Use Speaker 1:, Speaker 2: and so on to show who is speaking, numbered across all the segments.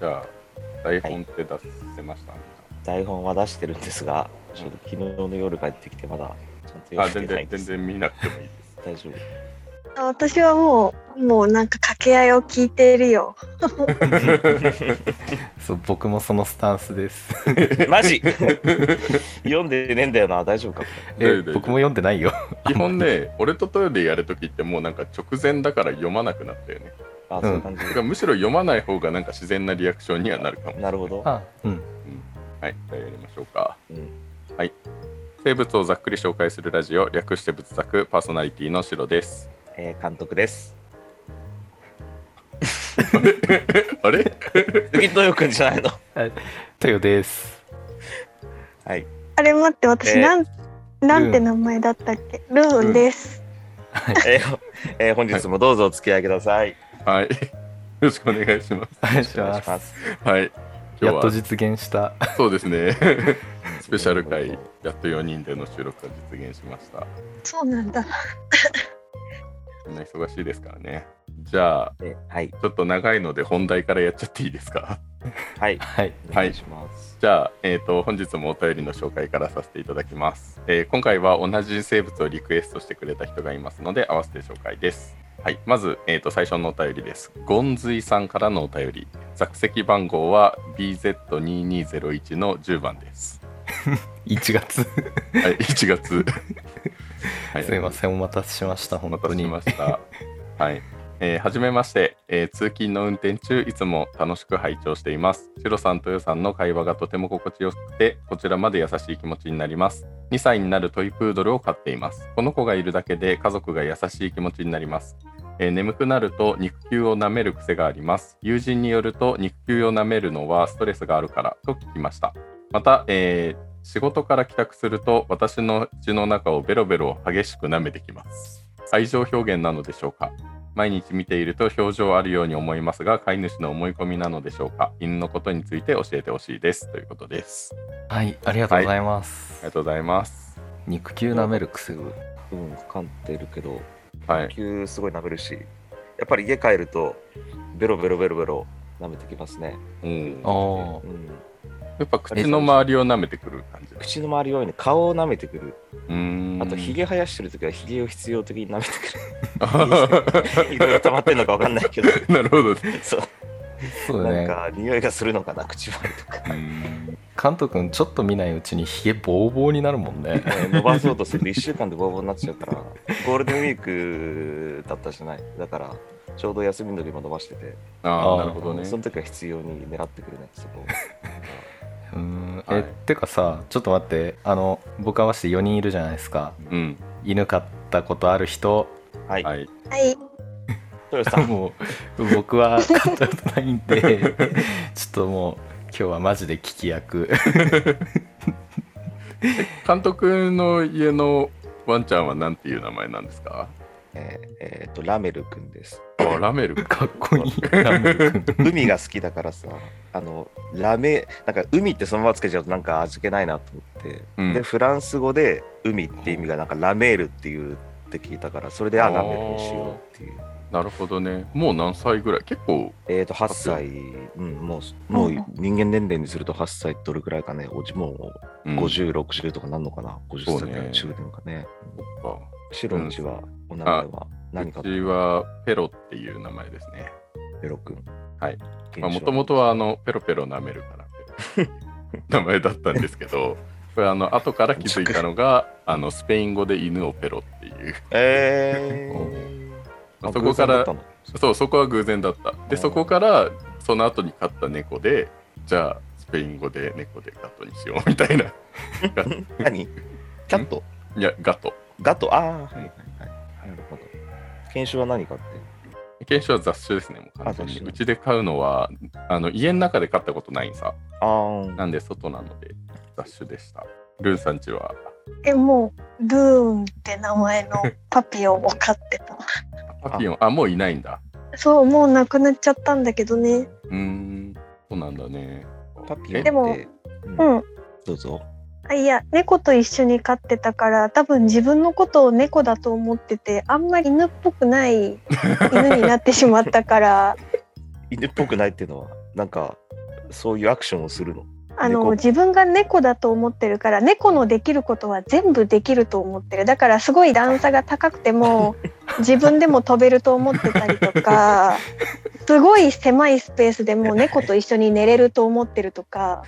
Speaker 1: じゃあ、台本って出せました、
Speaker 2: 台本は出してるんですが、ちょっと昨日の夜帰ってきてまだちゃんと
Speaker 1: あ、全
Speaker 2: 読めてな
Speaker 1: 然
Speaker 2: い、で
Speaker 1: 全
Speaker 2: す。
Speaker 1: 然見なくてもいいです。
Speaker 2: 大丈夫。
Speaker 3: 私はもう、もうなんか掛け合いを聞いているよ。
Speaker 4: そう僕もそのスタンスです。
Speaker 2: マジ読んでねえんだよな、大丈夫かこ
Speaker 1: 大丈
Speaker 4: え
Speaker 1: 夫大丈夫
Speaker 4: 僕も読んでないよ。
Speaker 1: 基本ね、俺とトヨでやるときってもうなんか直前だから読まなくなったよね。
Speaker 2: れあ、そういう感じ
Speaker 1: だからむしろ読まない方がなんか自然なリアクションにはなるかも。
Speaker 2: なるほど。
Speaker 4: あうん。
Speaker 1: はい、じゃあやりましょうか。
Speaker 2: うん
Speaker 1: はい。生物をざっくり紹介するラジオ、略して仏作パーソナリティのシロです。
Speaker 2: えー監督です。
Speaker 1: あれ
Speaker 2: 次、どよくんじゃないの
Speaker 4: トヨです。
Speaker 2: はい。
Speaker 3: あれ待って、私
Speaker 2: えー
Speaker 3: なん、なんて
Speaker 4: うん
Speaker 3: 名前だったっけルーンです。
Speaker 2: えーえー本日もどうぞお付き合いください。
Speaker 1: はい。よろしくお願いします。
Speaker 4: お願い
Speaker 2: お
Speaker 4: し
Speaker 2: 願い
Speaker 4: ま
Speaker 2: し
Speaker 4: す。
Speaker 2: ます。
Speaker 1: はい。今
Speaker 4: や
Speaker 1: 日
Speaker 4: っと
Speaker 1: は、
Speaker 4: 実現した。
Speaker 1: そうですね。スペシャル回、やっと4人での収録が実現しました。
Speaker 3: そうなんだ。
Speaker 1: みんな忙しいですからね。じゃあ、
Speaker 2: えはい。
Speaker 1: ちょっと長いので本題からやっちゃっていいですか。
Speaker 2: はい。
Speaker 4: はい。
Speaker 2: お願いします。
Speaker 1: じゃあ、えー、と本日もお便りの紹介からさせていただきます、えー今回は同じ生物をリクエストしてくれた人がいますので合わせて紹介です、はい、まず、えー、と最初のお便りですゴンズイさんからのお便り座席番号は BZ2201 の10番です
Speaker 4: 1月。
Speaker 1: はい1月 は
Speaker 4: すみませんお待たせしました本当に。
Speaker 1: お待たせしました。はい。えー、はじめまして、えー通勤の運転中いつも楽しく拝聴していますシロさんとヨさんの会話がとても心地よくてこちらまで優しい気持ちになります2歳になるトイプードルを飼っていますこの子がいるだけで家族が優しい気持ちになります、えー眠くなると肉球を舐める癖があります友人によると肉球を舐めるのはストレスがあるからと聞きましたまた、えー仕事から帰宅すると私の血の中をベロベロ激しく舐めてきます愛情表現なのでしょうか毎日見ていると表情あるように思いますが飼い主の思い込みなのでしょうか犬のことについて教えてほしいですということです
Speaker 4: はいありがとうございま
Speaker 1: あ
Speaker 4: す。
Speaker 1: りがとうございます
Speaker 4: 肉球舐める癖を。
Speaker 2: うん、噛んでるけど、
Speaker 1: はい
Speaker 2: 球すごい舐めるし、やっぱり家帰ると、ベロベロベロベロ舐めてきますね。
Speaker 1: うん
Speaker 4: ああ
Speaker 2: うん、
Speaker 1: やっぱ口の周りを舐めてくる感じ
Speaker 2: 口の周りよりね、顔を舐めてくる。
Speaker 1: うーん
Speaker 2: あ と、ひげ生やしてるときは、ひげを必要的に舐めてくる。いろいろ
Speaker 1: な
Speaker 2: 溜まってんのか分かんな いけど、
Speaker 1: るほどね
Speaker 2: そう、
Speaker 4: そうだ
Speaker 2: なん
Speaker 4: ね。
Speaker 2: か、匂いがするのかな、口周りとか。
Speaker 1: うん
Speaker 4: 関東くんちょっと見ないうちにひげボーボーになるもんね。
Speaker 2: ね伸ばそうとすると1週間でボーボーになっちゃ うから、ゴールデンウィークだったじゃない。だから、ちょうど休みの時も伸ばしてて、
Speaker 1: あ
Speaker 4: あ
Speaker 1: あ
Speaker 4: ー
Speaker 1: なるほどね
Speaker 2: その時は必要に狙ってくるね、そこを。
Speaker 4: うーん
Speaker 1: は
Speaker 4: え
Speaker 1: い
Speaker 4: ってかさちょっと待ってあの僕合わせて4人いるじゃないですか。
Speaker 1: うん
Speaker 4: 犬飼ったことある人
Speaker 2: はい。
Speaker 1: はい
Speaker 3: はい。
Speaker 2: 豊さん、
Speaker 4: もう僕は飼ったことないん でちょっともう今日はマジで聞き役。
Speaker 1: 監督の家のワンちゃんはなんていう名前なんですか
Speaker 2: えーえーと、ラメル君です。
Speaker 1: あラメル
Speaker 4: かっこいい。ラムル君
Speaker 2: 海が好きだからさ、あの、ラメ、なんか海ってそのままつけちゃうとなんか味気ないなと思って、
Speaker 1: うん
Speaker 2: で、フランス語で海って意味がなんかラメールっていうって聞いたから、それで、
Speaker 1: あ
Speaker 2: あ、
Speaker 1: ー
Speaker 2: ラメールにしようっていう。
Speaker 1: なるほどねもう何歳ぐらい結構
Speaker 2: えーと、8歳、うん、もう、もう
Speaker 3: うん
Speaker 2: 人間年齢にすると8歳どれくらいかね、おじも
Speaker 1: う
Speaker 2: うん50、60とかなんのかな、50
Speaker 1: そう
Speaker 2: 歳
Speaker 1: ね
Speaker 2: ぐらい中年かね。
Speaker 1: か
Speaker 2: 白の字は、お名前は何か
Speaker 1: うちはペロっていう名前ですね。
Speaker 2: ペロ君。
Speaker 1: はい。
Speaker 2: 現
Speaker 1: まあ、
Speaker 2: 象
Speaker 1: もともとはあのペロペロ舐めるから ペロっていう名前だったんですけど、これあの後から気づいたのがあのスペイン語で犬をペロっていう。
Speaker 2: え
Speaker 1: ま
Speaker 2: ー、
Speaker 1: あそこから
Speaker 2: 偶然だったの
Speaker 1: そうそこは偶然だった。
Speaker 2: う
Speaker 1: で
Speaker 2: ん
Speaker 1: そこからその後に飼った猫でじゃあスペイン語で猫でガトにしようみたいな。
Speaker 2: 何キャット
Speaker 1: いやガト。
Speaker 2: ガトああ、はいはいはい。なるほど。犬種は何かって。
Speaker 1: 犬種は雑種ですねもう完全
Speaker 2: あ雑
Speaker 1: に。
Speaker 2: 種
Speaker 1: うちで飼うのはあの家の中で飼ったことないんさ。
Speaker 2: あー
Speaker 1: なんで外なので雑種でした。ルンさんちは
Speaker 3: え、もう、ルーンって名 前のパピオンを飼ってた。
Speaker 1: パピオンあもういないんだ。
Speaker 3: そう、もうなくなっちゃったんだけどね。
Speaker 1: うーん、そうなんだね。
Speaker 2: パピオンって。
Speaker 3: でも
Speaker 2: う、
Speaker 3: うんん。
Speaker 2: どうぞ。
Speaker 3: あいや猫と一緒に飼ってたから多分自分のことを猫だと思っててあんまり犬っぽくない犬になってしまったから
Speaker 2: 犬っぽくないっていうのは、なんか、そういうアクションをするの
Speaker 3: あ
Speaker 2: 猫
Speaker 3: の自分が猫だと思ってるから猫のできることは全部できると思ってるだからすごい段差が高くても自分でも飛べると思ってたりとかすごい狭いスペースでもう猫と一緒に寝れると思ってるとか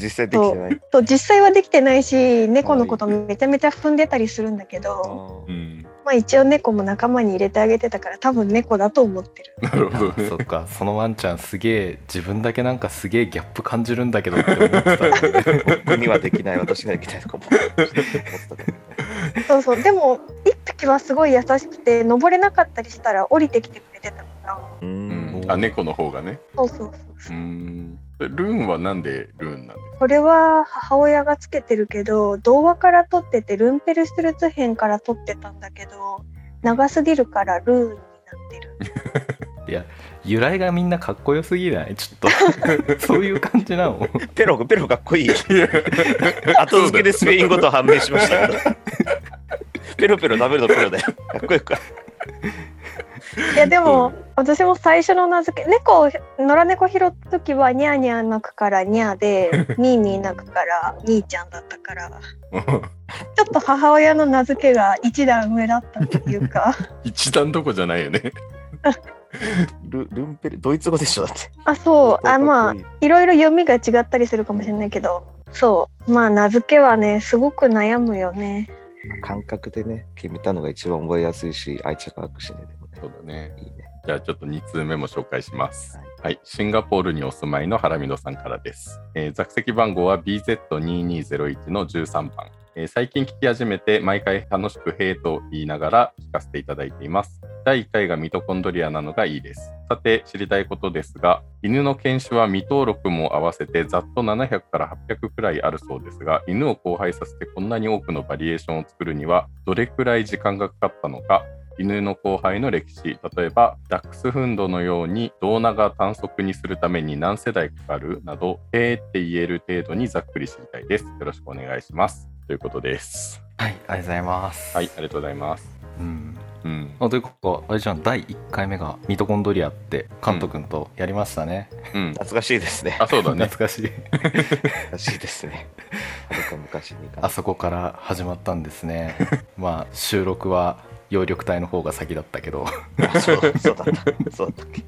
Speaker 2: 実際できてない
Speaker 3: と実際はできてないし猫のことめちゃめちゃ踏んでたりするんだけど、
Speaker 2: あ
Speaker 1: うん、
Speaker 3: まあ、一応猫も仲間に入れてあげてたから多分猫だと思ってる。
Speaker 1: なるほどね
Speaker 4: そっかそのワンちゃんすげえ自分だけなんかすげえギャップ感じるんだけどって思ってた んだね
Speaker 2: ー僕にはできない私にはできないとかも思ってたけど
Speaker 3: そうそうでも一匹はすごい優しくて登れなかったりしたら降りてきてくれてたから
Speaker 2: う
Speaker 1: うん
Speaker 2: ん
Speaker 1: あ猫の方がね
Speaker 3: そうそうそう
Speaker 1: う
Speaker 3: そう、
Speaker 1: んでルーンはなんでルーンなんです
Speaker 3: これは母親がつけてるけど童話から取っててルンペルストゥルツ編から取ってたんだけど長すぎるからルーンになっ てる
Speaker 4: 由来がみんなかっこよすぎないちょ っとそういう感じなの
Speaker 2: ペロペロかっこいい
Speaker 1: か
Speaker 2: 後付けでスペイン語と判明しましたけどペロペロ食べるのペロだよかっこよく
Speaker 3: いやでも私も最初の名付け猫を野良猫拾った時はニャーニャー鳴くからニャ ーでニーニー鳴くからニーちゃんだったからちょっと母親の名付けが一段上だったとい うか
Speaker 1: 一段どこじゃないよね
Speaker 2: ルルンペルドイツ語でしょだって
Speaker 3: あそうあま
Speaker 2: か
Speaker 3: あ
Speaker 2: っこいい
Speaker 3: いろいろ読みが違ったりするかもしれないけど、そう。まあ、名付けはね、すごく悩むよね。
Speaker 2: 感覚でね決めたのが一番覚えやすいし愛着湧くしねでもね
Speaker 1: そうだね
Speaker 2: いいね
Speaker 1: じゃあちょっと2通目も紹介します
Speaker 2: は。
Speaker 1: はい、シンガポールにお住まいのハラミドさんからです。えー座席番号は BZ2201 の13番。えー最近聞き始めて毎回楽しく「へえ」と言いながら聞かせていただいています。第1回がミトコンドリアなのがいいです。さて知りたいことですが犬の犬種は未登録も合わせてざっと700から800くらいあるそうですが犬を交配させてこんなに多くのバリエーションを作るにはどれくらい時間がかかったのか犬の交配の歴史例えばダックスフンドのように胴長短足にするために何世代かかるなど「へーって言える程度にざっくり知りたいですよろしくお願いしますということです
Speaker 4: はいありがとうございます
Speaker 1: はいありがとうございます
Speaker 4: うん
Speaker 1: うん
Speaker 4: あということはあれじゃん第1回目がミトコンドリアってカント君とやりましたね、
Speaker 1: うん
Speaker 2: 懐かしいですね
Speaker 1: あそう だね
Speaker 4: 懐かしい
Speaker 2: 懐かしいです ねはるか昔に
Speaker 4: あそこから始まったんで すねまあ収録は葉緑体の方が先だった けど
Speaker 2: あそうそうだったそうだったっけ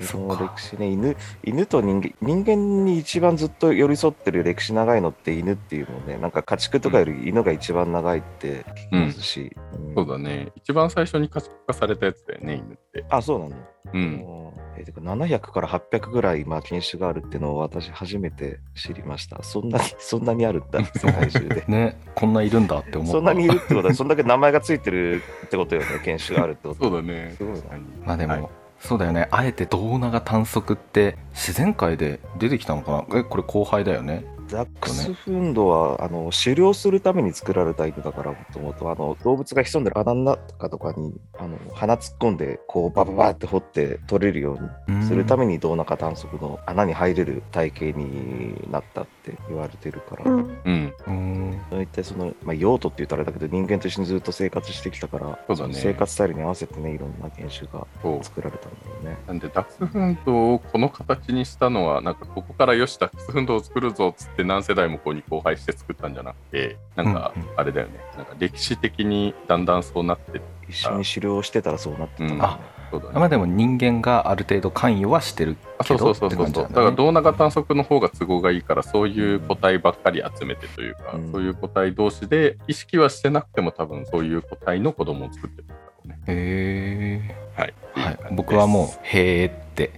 Speaker 4: そっ
Speaker 2: の
Speaker 4: か。
Speaker 2: 歴史ね犬犬と人間人間に一番ずっと寄り添ってる歴史長いのって犬っていうもんねなんか家畜とかより犬が一番長いって聞きますし、うん
Speaker 1: そうだね一番最初に家畜化されたやつだよね犬って
Speaker 2: あそうなの
Speaker 1: うん
Speaker 2: えーてか700から800ぐらい、まあ、犬種があるっていうのを私初めて知りました。そんなに、 そんなにあるんだ、世界中で
Speaker 4: ねこんないるんだって思った
Speaker 2: そんなにいるってことは、そんだけ名前がついてるってことよ ね、犬種があるってこと。
Speaker 1: そうだね
Speaker 2: すごいな
Speaker 1: 確かに
Speaker 4: まあでも、
Speaker 1: はい
Speaker 4: そうだよねあえて胴長短足って自然界で出てきたのかなえこれ後輩だよね
Speaker 2: ザックスフンドは、あの狩猟するために作られた犬だから、もともとあの動物が潜んでる穴の中とかにあの鼻突っ込んで、こう、バババって掘って取れるようにするために胴中短足の穴に入れる体型になったって言われてるから。
Speaker 3: うん。
Speaker 1: うん
Speaker 4: うん
Speaker 2: 大体その、まあ、用途って言うとあれだけど人間と一緒にずっと生活してきたから
Speaker 1: そうだね
Speaker 2: 生活スタイルに合わせてねいろんな犬種が
Speaker 1: そう
Speaker 2: 作られたんだよね
Speaker 1: なんでダックスフンドをこの形にしたのはなんかここからよしダックスフンドを作るぞっつって何世代もこうに交配して作ったんじゃなくてなんか
Speaker 4: うんうん
Speaker 1: あれだよね、なんか歴史的にだんだんそうなってって
Speaker 2: 一緒に狩猟してたらそうなってたんだよね
Speaker 1: あそうだね
Speaker 4: まあでも人間がある程度関与はしてる
Speaker 1: あそ
Speaker 4: け
Speaker 1: うそ
Speaker 4: ど
Speaker 1: う
Speaker 4: って
Speaker 1: そうそう
Speaker 4: 感じ
Speaker 1: だ,、
Speaker 4: なん
Speaker 1: か
Speaker 4: だ、
Speaker 1: ら
Speaker 4: ね、
Speaker 1: 胴長短足の方が都合がいいからそういう個体ばっかり集めてというか、
Speaker 2: うん
Speaker 1: そういう個体同士で意識はしてなくても多分そういう個体の子供を作ってるんだろうね
Speaker 4: へ
Speaker 1: はい、
Speaker 4: え、はい
Speaker 1: ってう感じで、す
Speaker 4: 僕はもう「へえ」って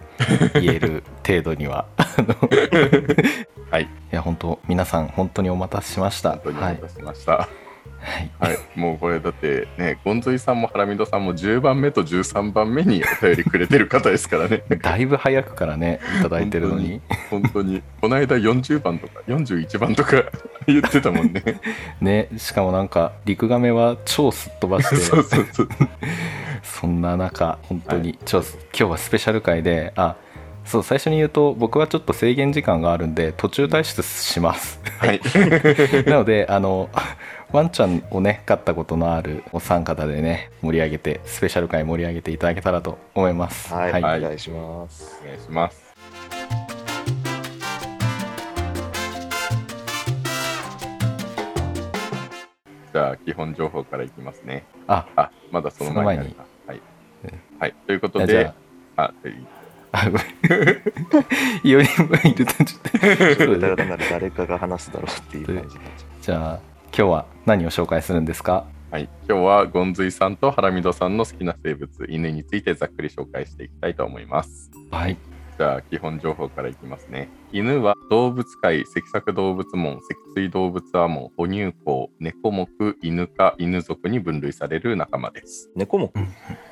Speaker 4: 言える程度にはあの
Speaker 1: はい
Speaker 4: いや本当皆さん本当にお待たせしました
Speaker 1: 本当にお
Speaker 4: は
Speaker 1: 待
Speaker 4: い
Speaker 1: たせしました、
Speaker 4: はい
Speaker 1: はい、もうこれだってね、ゴンゾイさんもハラミドさんも10番目と13番目にお便りくれてる方ですから ね、
Speaker 4: だいぶ早くから ねいただいてるのに
Speaker 1: 本当に、この間40番とか41番とか 言ってたもんね。
Speaker 4: ねしかもなんか陸亀は超すっ飛ばし て
Speaker 1: そうそうそう。
Speaker 4: そんな中本当に、ちょ今日はスペシャル回であそう最初に言うと僕はちょっと制限時間があるんで途中退出 します
Speaker 1: はい、
Speaker 4: なのであのワンちゃんをね飼ったことのあるお三方でね盛り上げてスペシャル回盛り上げていただけたらと思います
Speaker 2: はい、
Speaker 1: はい
Speaker 2: お願いします
Speaker 1: お願いします。あ基本情報からいきますね。
Speaker 4: あ
Speaker 1: あまだその前にあるかはい、はい。ということ
Speaker 4: じゃ
Speaker 1: で
Speaker 4: あ、
Speaker 1: あはい
Speaker 4: あごめん 4人分いるとちょっとそうだ
Speaker 2: だ
Speaker 4: ね
Speaker 2: から誰かが話すだろうっていう感じになっちゃ
Speaker 4: じゃあ今日は何を紹介するんですか
Speaker 1: はい、今日はゴンズイさんとハラミドさんの好きな生物犬についてざっくり紹介していきたいと思います
Speaker 4: はい
Speaker 1: じゃあ基本情報からいきますね犬は動物界脊索動物門脊椎動物亜門哺乳綱猫目犬科犬属に分類される仲間です
Speaker 2: う 猫目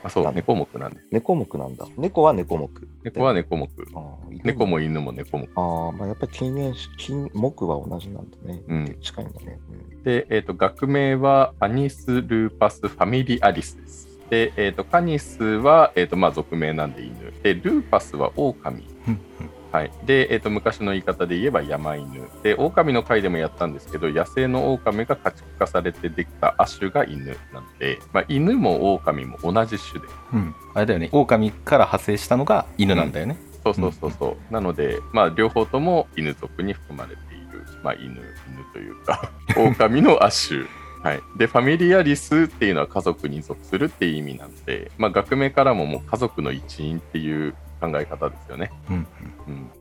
Speaker 1: あそう
Speaker 2: なんだ
Speaker 1: 猫目なんです
Speaker 2: 猫目なんだ。猫は猫目。
Speaker 1: 猫は猫目
Speaker 2: あー
Speaker 1: 猫。も犬も猫目
Speaker 2: ああ、まあやっぱり近年、近目は同じなんだね。
Speaker 1: うん
Speaker 2: 近いんだね。うん
Speaker 1: で、えー、と学名はアニス・ルーパス・ファミリアリスです。で、えー、とカニスは、えーとまあ、俗名なんで犬。で、ルーパスはオオカミ
Speaker 4: うん。
Speaker 1: はい、で、えーと昔の言い方で言えば山犬。で、オオカミの回でもやったんですけど、野生のオオカミが家畜化されてできた亜種が犬なので、まあ、犬もオオカミも同じ種で
Speaker 4: うんあれだよね狼から派生したのが犬なんだよね、
Speaker 1: そうそうそうそう、なので、まあ、両方とも犬族に含まれている、まあ、犬犬という か狼の亜種、はい、でファミリアリスっていうのは家族に属するっていう意味なので、まあ、学名からももう家族の一員っていう考え方ですよね、
Speaker 4: うん
Speaker 1: うん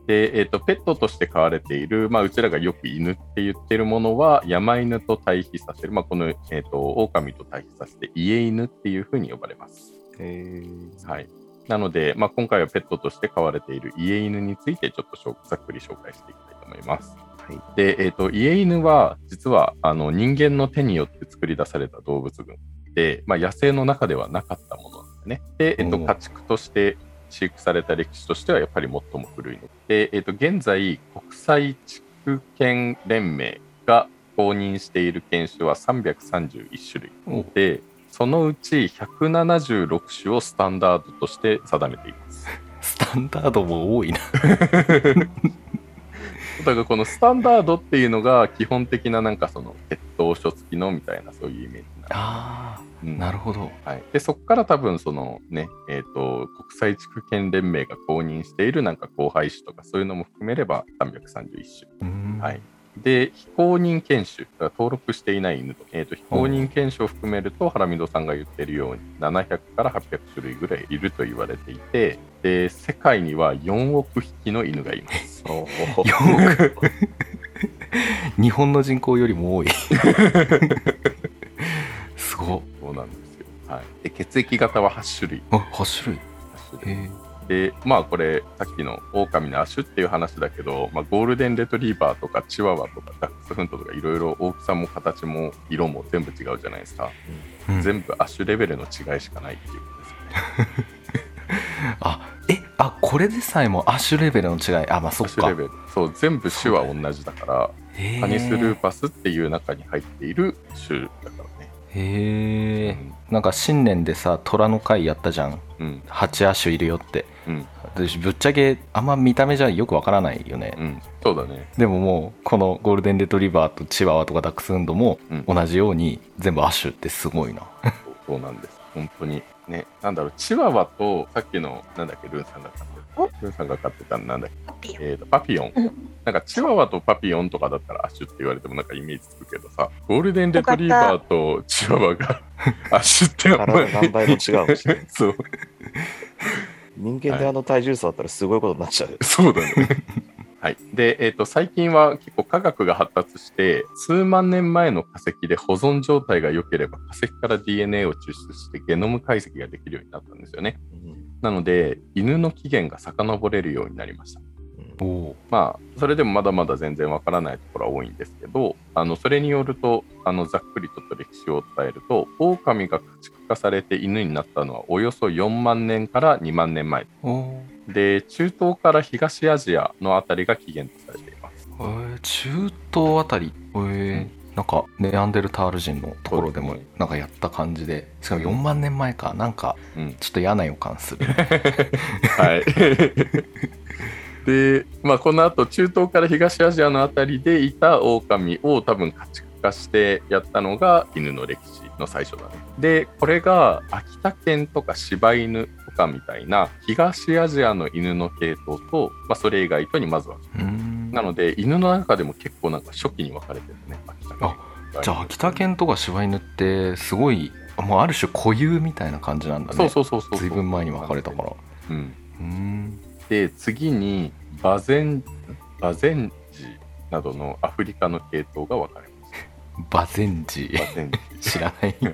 Speaker 1: で、えー、とペットとして飼われている、まあ、うちらがよく犬って言ってるものは山犬と対比させる、まあ、この、えー、と狼と対比させて家犬っていうふうに呼ばれます。
Speaker 2: えー
Speaker 1: はい、なので、まあ、今回はペットとして飼われている家犬についてちょっとしょざっくり紹介していきたいと思います。
Speaker 2: は
Speaker 1: で、えー、と家犬は実はあの人間の手によって作り出された動物群で、まあ、野生の中ではなかったものなんですね。で、えー、と
Speaker 4: おー
Speaker 1: 家畜として飼育された歴史としてはやっぱり最も古いので、えー、と現在国際地区犬連盟が公認している犬種は331種類
Speaker 4: お
Speaker 1: でそのうち176種をスタンダードとして定めています。
Speaker 4: スタンダードも多いな
Speaker 1: だからこのスタンダードっていうのが基本的ななんかその血統書付きのみたいなそういうイメージな
Speaker 4: あ
Speaker 1: うん
Speaker 4: あなるほど
Speaker 1: はい、でそこから多分そのね、えー、と国際地区圏連盟が公認しているなんか交配種とかそういうのも含めれば331種。
Speaker 4: うん
Speaker 1: はい、で非公認犬種だから登録していない犬と,、えー、と非公認犬種を含めるとハラミドさんが言ってるように700から800種類ぐらいいると言われていてで世界には4億匹の犬がいます
Speaker 2: お
Speaker 4: よく 日本の人口よりも 多いすごっ
Speaker 1: そうなんですよ、はい、で血液型は8種類
Speaker 4: あ8種類
Speaker 1: 8種類
Speaker 4: へ
Speaker 1: でまあこれさっきのオオカミの亜種っていう話だけど、まあ、ゴールデンレトリーバーとかチワワとかダックスフントとかいろいろ大きさも形も色も全部違うじゃないですか、
Speaker 4: え、うん
Speaker 1: 全部亜種レベルの違いしかないっていうことですよね
Speaker 4: あえあこれでさえもアッシュレベルの違いあまあそっ
Speaker 1: 亜種レ
Speaker 4: か
Speaker 1: ベルそう全部種は同じだから
Speaker 4: へ
Speaker 1: カニスルー
Speaker 4: ー
Speaker 1: パスっていう中に入っている種だからね、
Speaker 4: へえなんか新年でさ虎の会やったじゃん
Speaker 1: うん
Speaker 4: 8アッシュいるよって
Speaker 1: うん
Speaker 4: 私ぶっちゃけあんま見た目じゃよくわからないよね、
Speaker 1: うんそうだね
Speaker 4: でももうこのゴールデンレトリバーとチワワとかダックスフンドも
Speaker 1: うん
Speaker 4: 同じように全部アッシュってすごいな、
Speaker 1: そうそうなんです本当にねなんだろうチワワとさっきのなんだっけルーンさんが飼ってルーンさんが飼ってたのなんだっけ
Speaker 3: パピオン
Speaker 1: えー、とパピヨン
Speaker 3: うん。
Speaker 1: なんかチワワとパピヨンとかだったらアッシュって言われてもなんかイメージつくけどさ、ゴールデンレトリーバーとチワワがアッシュってあんま
Speaker 2: 体
Speaker 1: り。
Speaker 2: 何倍も違うかもしれない。
Speaker 1: そう、
Speaker 2: 人間であの体重差だったらすごいことになっちゃう。
Speaker 1: そうだね。はい、で、えー、と最近は結構科学が発達して数万年前の化石で保存状態が良ければ化石から DNA を抽出してゲノム解析ができるようになったんですよね
Speaker 2: うん
Speaker 1: なので犬の起源が遡れるようになりました
Speaker 2: うん
Speaker 4: お
Speaker 1: まあ、それでもまだまだ全然わからないところは多いんですけどあのそれによるとあのざっくりちょっと歴史を伝えるとオオカミが家畜化されて犬になったのはおよそ4万年から2万年前
Speaker 4: おお
Speaker 1: で中東から東アジアのあたりが起源とされています
Speaker 4: えー中東あたりえーなんかネアンデルタール人のところで
Speaker 1: そう
Speaker 4: も
Speaker 1: ですね
Speaker 4: なんかやった感じでしかも4万年前かなんか
Speaker 1: うん
Speaker 4: ちょっと嫌な予感 する
Speaker 1: はい で、まあ、このあと中東から東アジアのあたりでいたオオカミを多分家畜化してやったのが犬の歴史の最初だね。でこれが秋田犬とか柴犬とかみたいな東アジアの犬の系統と、まあ、それ以外とにまずは
Speaker 4: うーん
Speaker 1: なので犬の中でも結構なんか初期に分かれてるね秋田犬
Speaker 4: あ
Speaker 1: がい
Speaker 4: じゃあ秋田犬とか柴犬ってすごいもうある種固有みたいな感じなんだね
Speaker 1: そうそうそうそう
Speaker 4: 随分前に分かれたから
Speaker 1: うん、
Speaker 4: うん
Speaker 1: で次にバゼンバゼンジなどのアフリカの系統が分かれま
Speaker 4: バゼンジ
Speaker 1: すバゼンジ
Speaker 4: 知らない
Speaker 1: はい、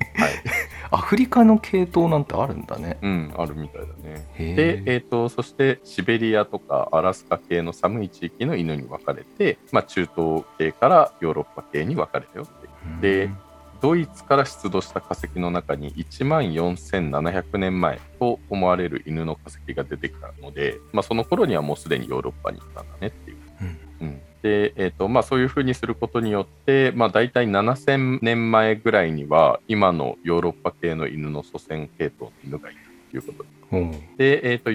Speaker 4: アフリカの系統なんてあるんだね
Speaker 1: うん、あるみたいだねで
Speaker 4: へ、え
Speaker 1: えー、とそしてシベリアとかアラスカ系の寒い地域の犬に分かれて、まあ、中東系からヨーロッパ系に分かれたよってでドイツから出土した化石の中に1万4700年前と思われる犬の化石が出てきたので、まあ、その頃にはもうすでにヨーロッパに行ったんだねっていう。うんでえーとまあ、そういうふうにすることによって、まあ、大体7000年前ぐらいには今のヨーロッパ系の犬の祖先系統の犬がいるということ
Speaker 4: うん
Speaker 1: で、えー、と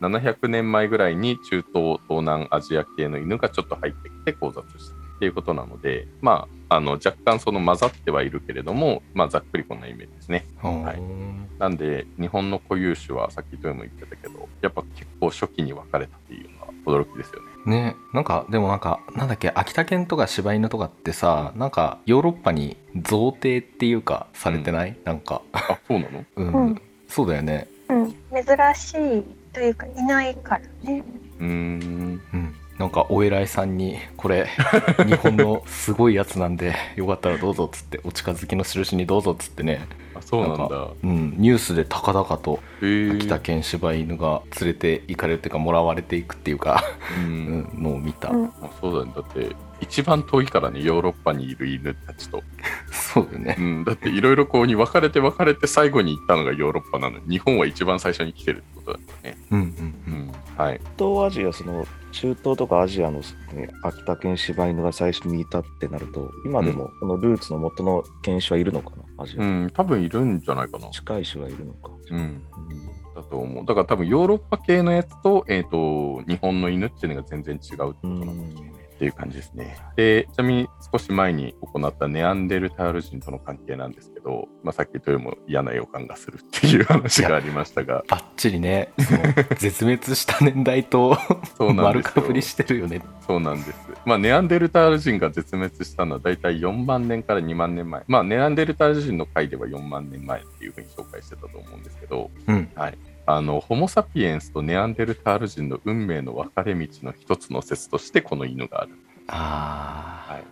Speaker 1: 4700年前ぐらいに中東東南アジア系の犬がちょっと入ってきて交雑したっていうことなので、まあ、あの若干その混ざってはいるけれども、まあ、ざっくりこんなイメージですね
Speaker 4: うん
Speaker 1: はいなんで日本の固有種はさっきトヨも言ってたけどやっぱ結構初期に分かれたっていうのは驚きですよ ね
Speaker 4: ねなんかでもなんかなんだっけ秋田犬とか柴犬とかってさなんかヨーロッパに贈呈っていうかされてない、なんか、
Speaker 1: あそうなの
Speaker 4: うん
Speaker 3: うん
Speaker 4: そうだよね
Speaker 3: うん、珍しいというかいないからね。
Speaker 1: うーん
Speaker 4: うんなんかお偉いさんに これ日本のすごいやつなんでよかったらどうぞっつってお近づきの印にどうぞっつってね、
Speaker 1: あそうなん
Speaker 4: なん
Speaker 1: だ
Speaker 4: うん、ニュースで高々と
Speaker 1: へえ
Speaker 4: 秋田犬柴犬が連れて行かれるっていうかもらわれていくっていうか、
Speaker 1: う
Speaker 4: うんん、のを見た、
Speaker 3: うん
Speaker 1: あそうだねだって一番遠いからねヨーロッパにいる犬たちと
Speaker 4: そうだよね
Speaker 1: うん、だっていろいろこうに分かれて分かれて最後に行ったのがヨーロッパなのに日本は一番最初に来てるってことだからね、
Speaker 4: うん
Speaker 1: う
Speaker 4: うんうん
Speaker 1: んはい、
Speaker 2: 東アジア、その中東とかアジアの、ね、秋田犬柴犬が最初にいたってなると、今でもこのルーツの元の犬種はいるのかな、アジア。
Speaker 1: うん、多分いるんじゃないかな、
Speaker 2: 近い種はいるのか。
Speaker 1: うん、
Speaker 2: うん
Speaker 1: だと思うだから多分ヨーロッパ系のやつと,、えー、と日本の犬っていうのが全然違うってことなんだよねっていう感じですねでちなみに少し前に行ったネアンデルタール人との関係なんですけど、まあ、さっきとよりも嫌な予感がするっていう話がありましたが
Speaker 4: バッチリねそ の絶滅した年代と
Speaker 1: そうなんで
Speaker 4: 丸
Speaker 1: すよ
Speaker 4: かぶりしてるよね
Speaker 1: そうなんです。まあ、ネアンデルタール人が絶滅したのは大体4万年から2万年前。まあ、ネアンデルタール人の回では4万年前っていうふうに紹介してたと思うんですけど、
Speaker 4: うん
Speaker 1: あの、ホモ・サピエンスとネアンデルタール人の運命の分かれ道の一つの説としてこの犬がある。
Speaker 4: あ
Speaker 1: はい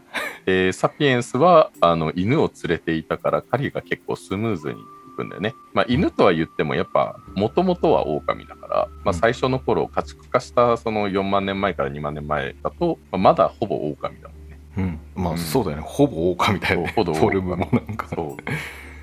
Speaker 1: でサピエンスは、あの、犬を連れていたから狩りが結構スムーズに。いくんだよねまあ、犬とは言ってもやっぱもともとは狼だから、まあ、最初の頃家畜化したその4万年前から2万年前だと、まあ、まだほぼ狼だもんね
Speaker 4: ーうんまあ、
Speaker 1: うん
Speaker 4: そうだよねほぼ狼だよね
Speaker 1: ほ
Speaker 4: フ
Speaker 1: ぼ狼
Speaker 4: ォルムもなんか
Speaker 1: そう。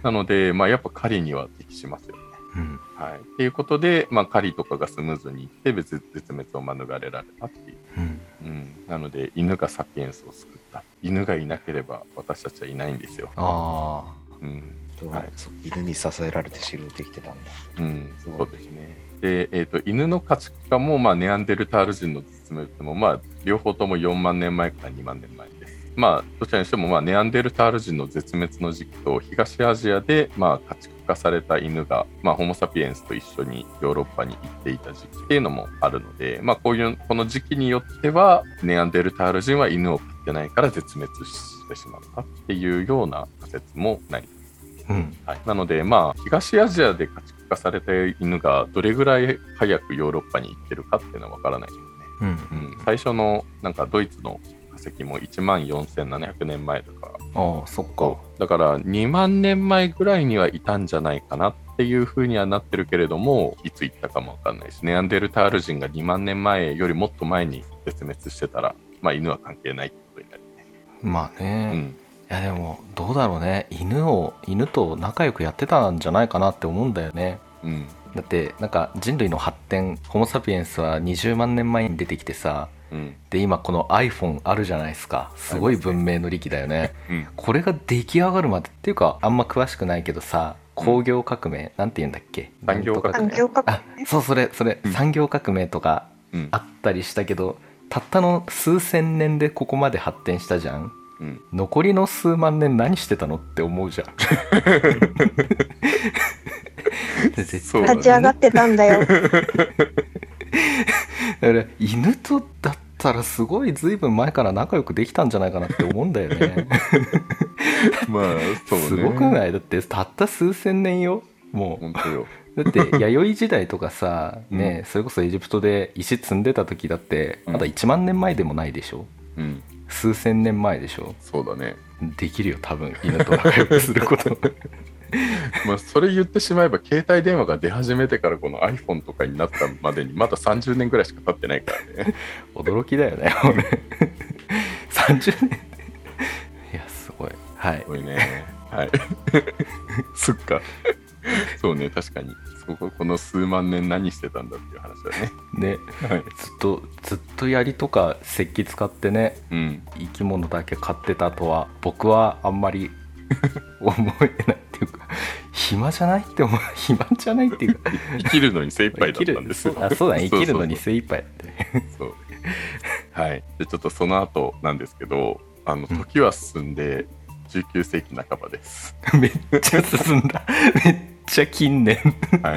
Speaker 1: なので、まあ、やっぱ狩りには適しますよね。
Speaker 4: うん
Speaker 1: はい。っていうことで、まあ、狩りとかがスムーズにいって、別に絶滅を免れられたっていう。
Speaker 4: うん
Speaker 1: うん。なので、犬がサピエンスを救った。犬がいなければ、私たちはいないんですよ。
Speaker 4: ああ
Speaker 1: うん。はい
Speaker 2: そう犬に支えられて狩猟できてたんだ。
Speaker 1: うん、そうですね。で、えっ、と、犬の家畜化も、まあ、ネアンデルタール人の絶滅も、まあ、両方とも4万年前から2万年前です。まあ、どちらにしても、まあ、ネアンデルタール人の絶滅の時期と、東アジアで、まあ、家畜化された犬が、まあ、ホモ・サピエンスと一緒にヨーロッパに行っていた時期っていうのもあるので、まあ、こういう、この時期によっては、ネアンデルタール人は犬を飼ってないから絶滅してしまったっていうような仮説もなり
Speaker 4: うん
Speaker 1: はい、なので、まあ、東アジアで家畜化された犬がどれぐらい早くヨーロッパに行ってるかっていうのは分からないけどね、
Speaker 4: うんうん
Speaker 1: うん、最初のなんかドイツの化石も1万4700年前とか
Speaker 4: ああそっか
Speaker 1: だから2万年前ぐらいにはいたんじゃないかなっていうふうにはなってるけれどもいつ行ったかも分かんないしネアンデルタール人が2万年前よりもっと前に絶滅してたら、まあ、犬は関係ないってことになるね。
Speaker 4: まあ
Speaker 1: う
Speaker 4: ね、い
Speaker 1: ん
Speaker 4: やでもどうだろうね犬を犬と仲良くやってたんじゃないかなって思うんだよね
Speaker 1: うん
Speaker 4: だってなんか人類の発展ホモ・サピエンスは20万年前に出てきてさ
Speaker 1: うん
Speaker 4: で今この iPhone あるじゃないですかすごい文明の利器だよね
Speaker 1: うん
Speaker 4: これが出来上がるまでっていうかあんま詳しくないけどさ工業革命、なんて言うんだっけ
Speaker 1: 産業革
Speaker 3: 産業革
Speaker 4: あ
Speaker 3: 命。
Speaker 4: そうそれそれ、
Speaker 1: うん
Speaker 4: 産業革命とか
Speaker 1: うん
Speaker 4: あったりしたけどたったの数千年でここまで発展したじゃん
Speaker 1: うん
Speaker 4: 残りの数万年何してたのって思うじゃんで絶
Speaker 1: そうだ
Speaker 4: 対
Speaker 1: ね
Speaker 3: 立ち上がってたんだよ。
Speaker 4: だから犬とだったらすごい随分前から仲良くできたんじゃないかなって思うんだよね
Speaker 1: まあ そうね
Speaker 4: すごくないだってたった数千年よもう
Speaker 1: 本当よ
Speaker 4: だって 弥生時代とかさ、ねそれこそエジプトで石積んでた時だって
Speaker 1: うん
Speaker 4: まだ1万年前でもないでしょ
Speaker 1: うん
Speaker 4: 数千年前でしょ
Speaker 1: そうだね
Speaker 4: できるよ多分犬と仲良くすること
Speaker 1: まあそれ言ってしまえば携帯電話が出始めてからこの iPhone とかになったまでにまだ30年ぐらいしか経ってないからね
Speaker 4: 驚きだよね 俺30年いやすごいはい
Speaker 1: すごい ねはい そっかそうね確かにそここの数万年何してたんだっていう話だね
Speaker 4: ね
Speaker 1: はい
Speaker 4: ずっとずっと槍とか石器使ってね
Speaker 1: うん
Speaker 4: 生き物だけ飼ってたとは僕はあんまり 思えないっていうか暇じゃないって思う暇じゃないっていうか
Speaker 1: 生きるのに精一杯
Speaker 4: 生
Speaker 1: だ
Speaker 4: き
Speaker 1: ったん
Speaker 4: る
Speaker 1: です
Speaker 4: そ
Speaker 1: よ
Speaker 4: うあそうだね生きるのに
Speaker 1: そう
Speaker 4: 精一杯だって
Speaker 1: そうそうはいでちょっとその後なんですけどあの
Speaker 4: うん
Speaker 1: 時は進んで19世紀半ばです
Speaker 4: めっちゃ進んだ めっちゃ近年
Speaker 1: はい、ま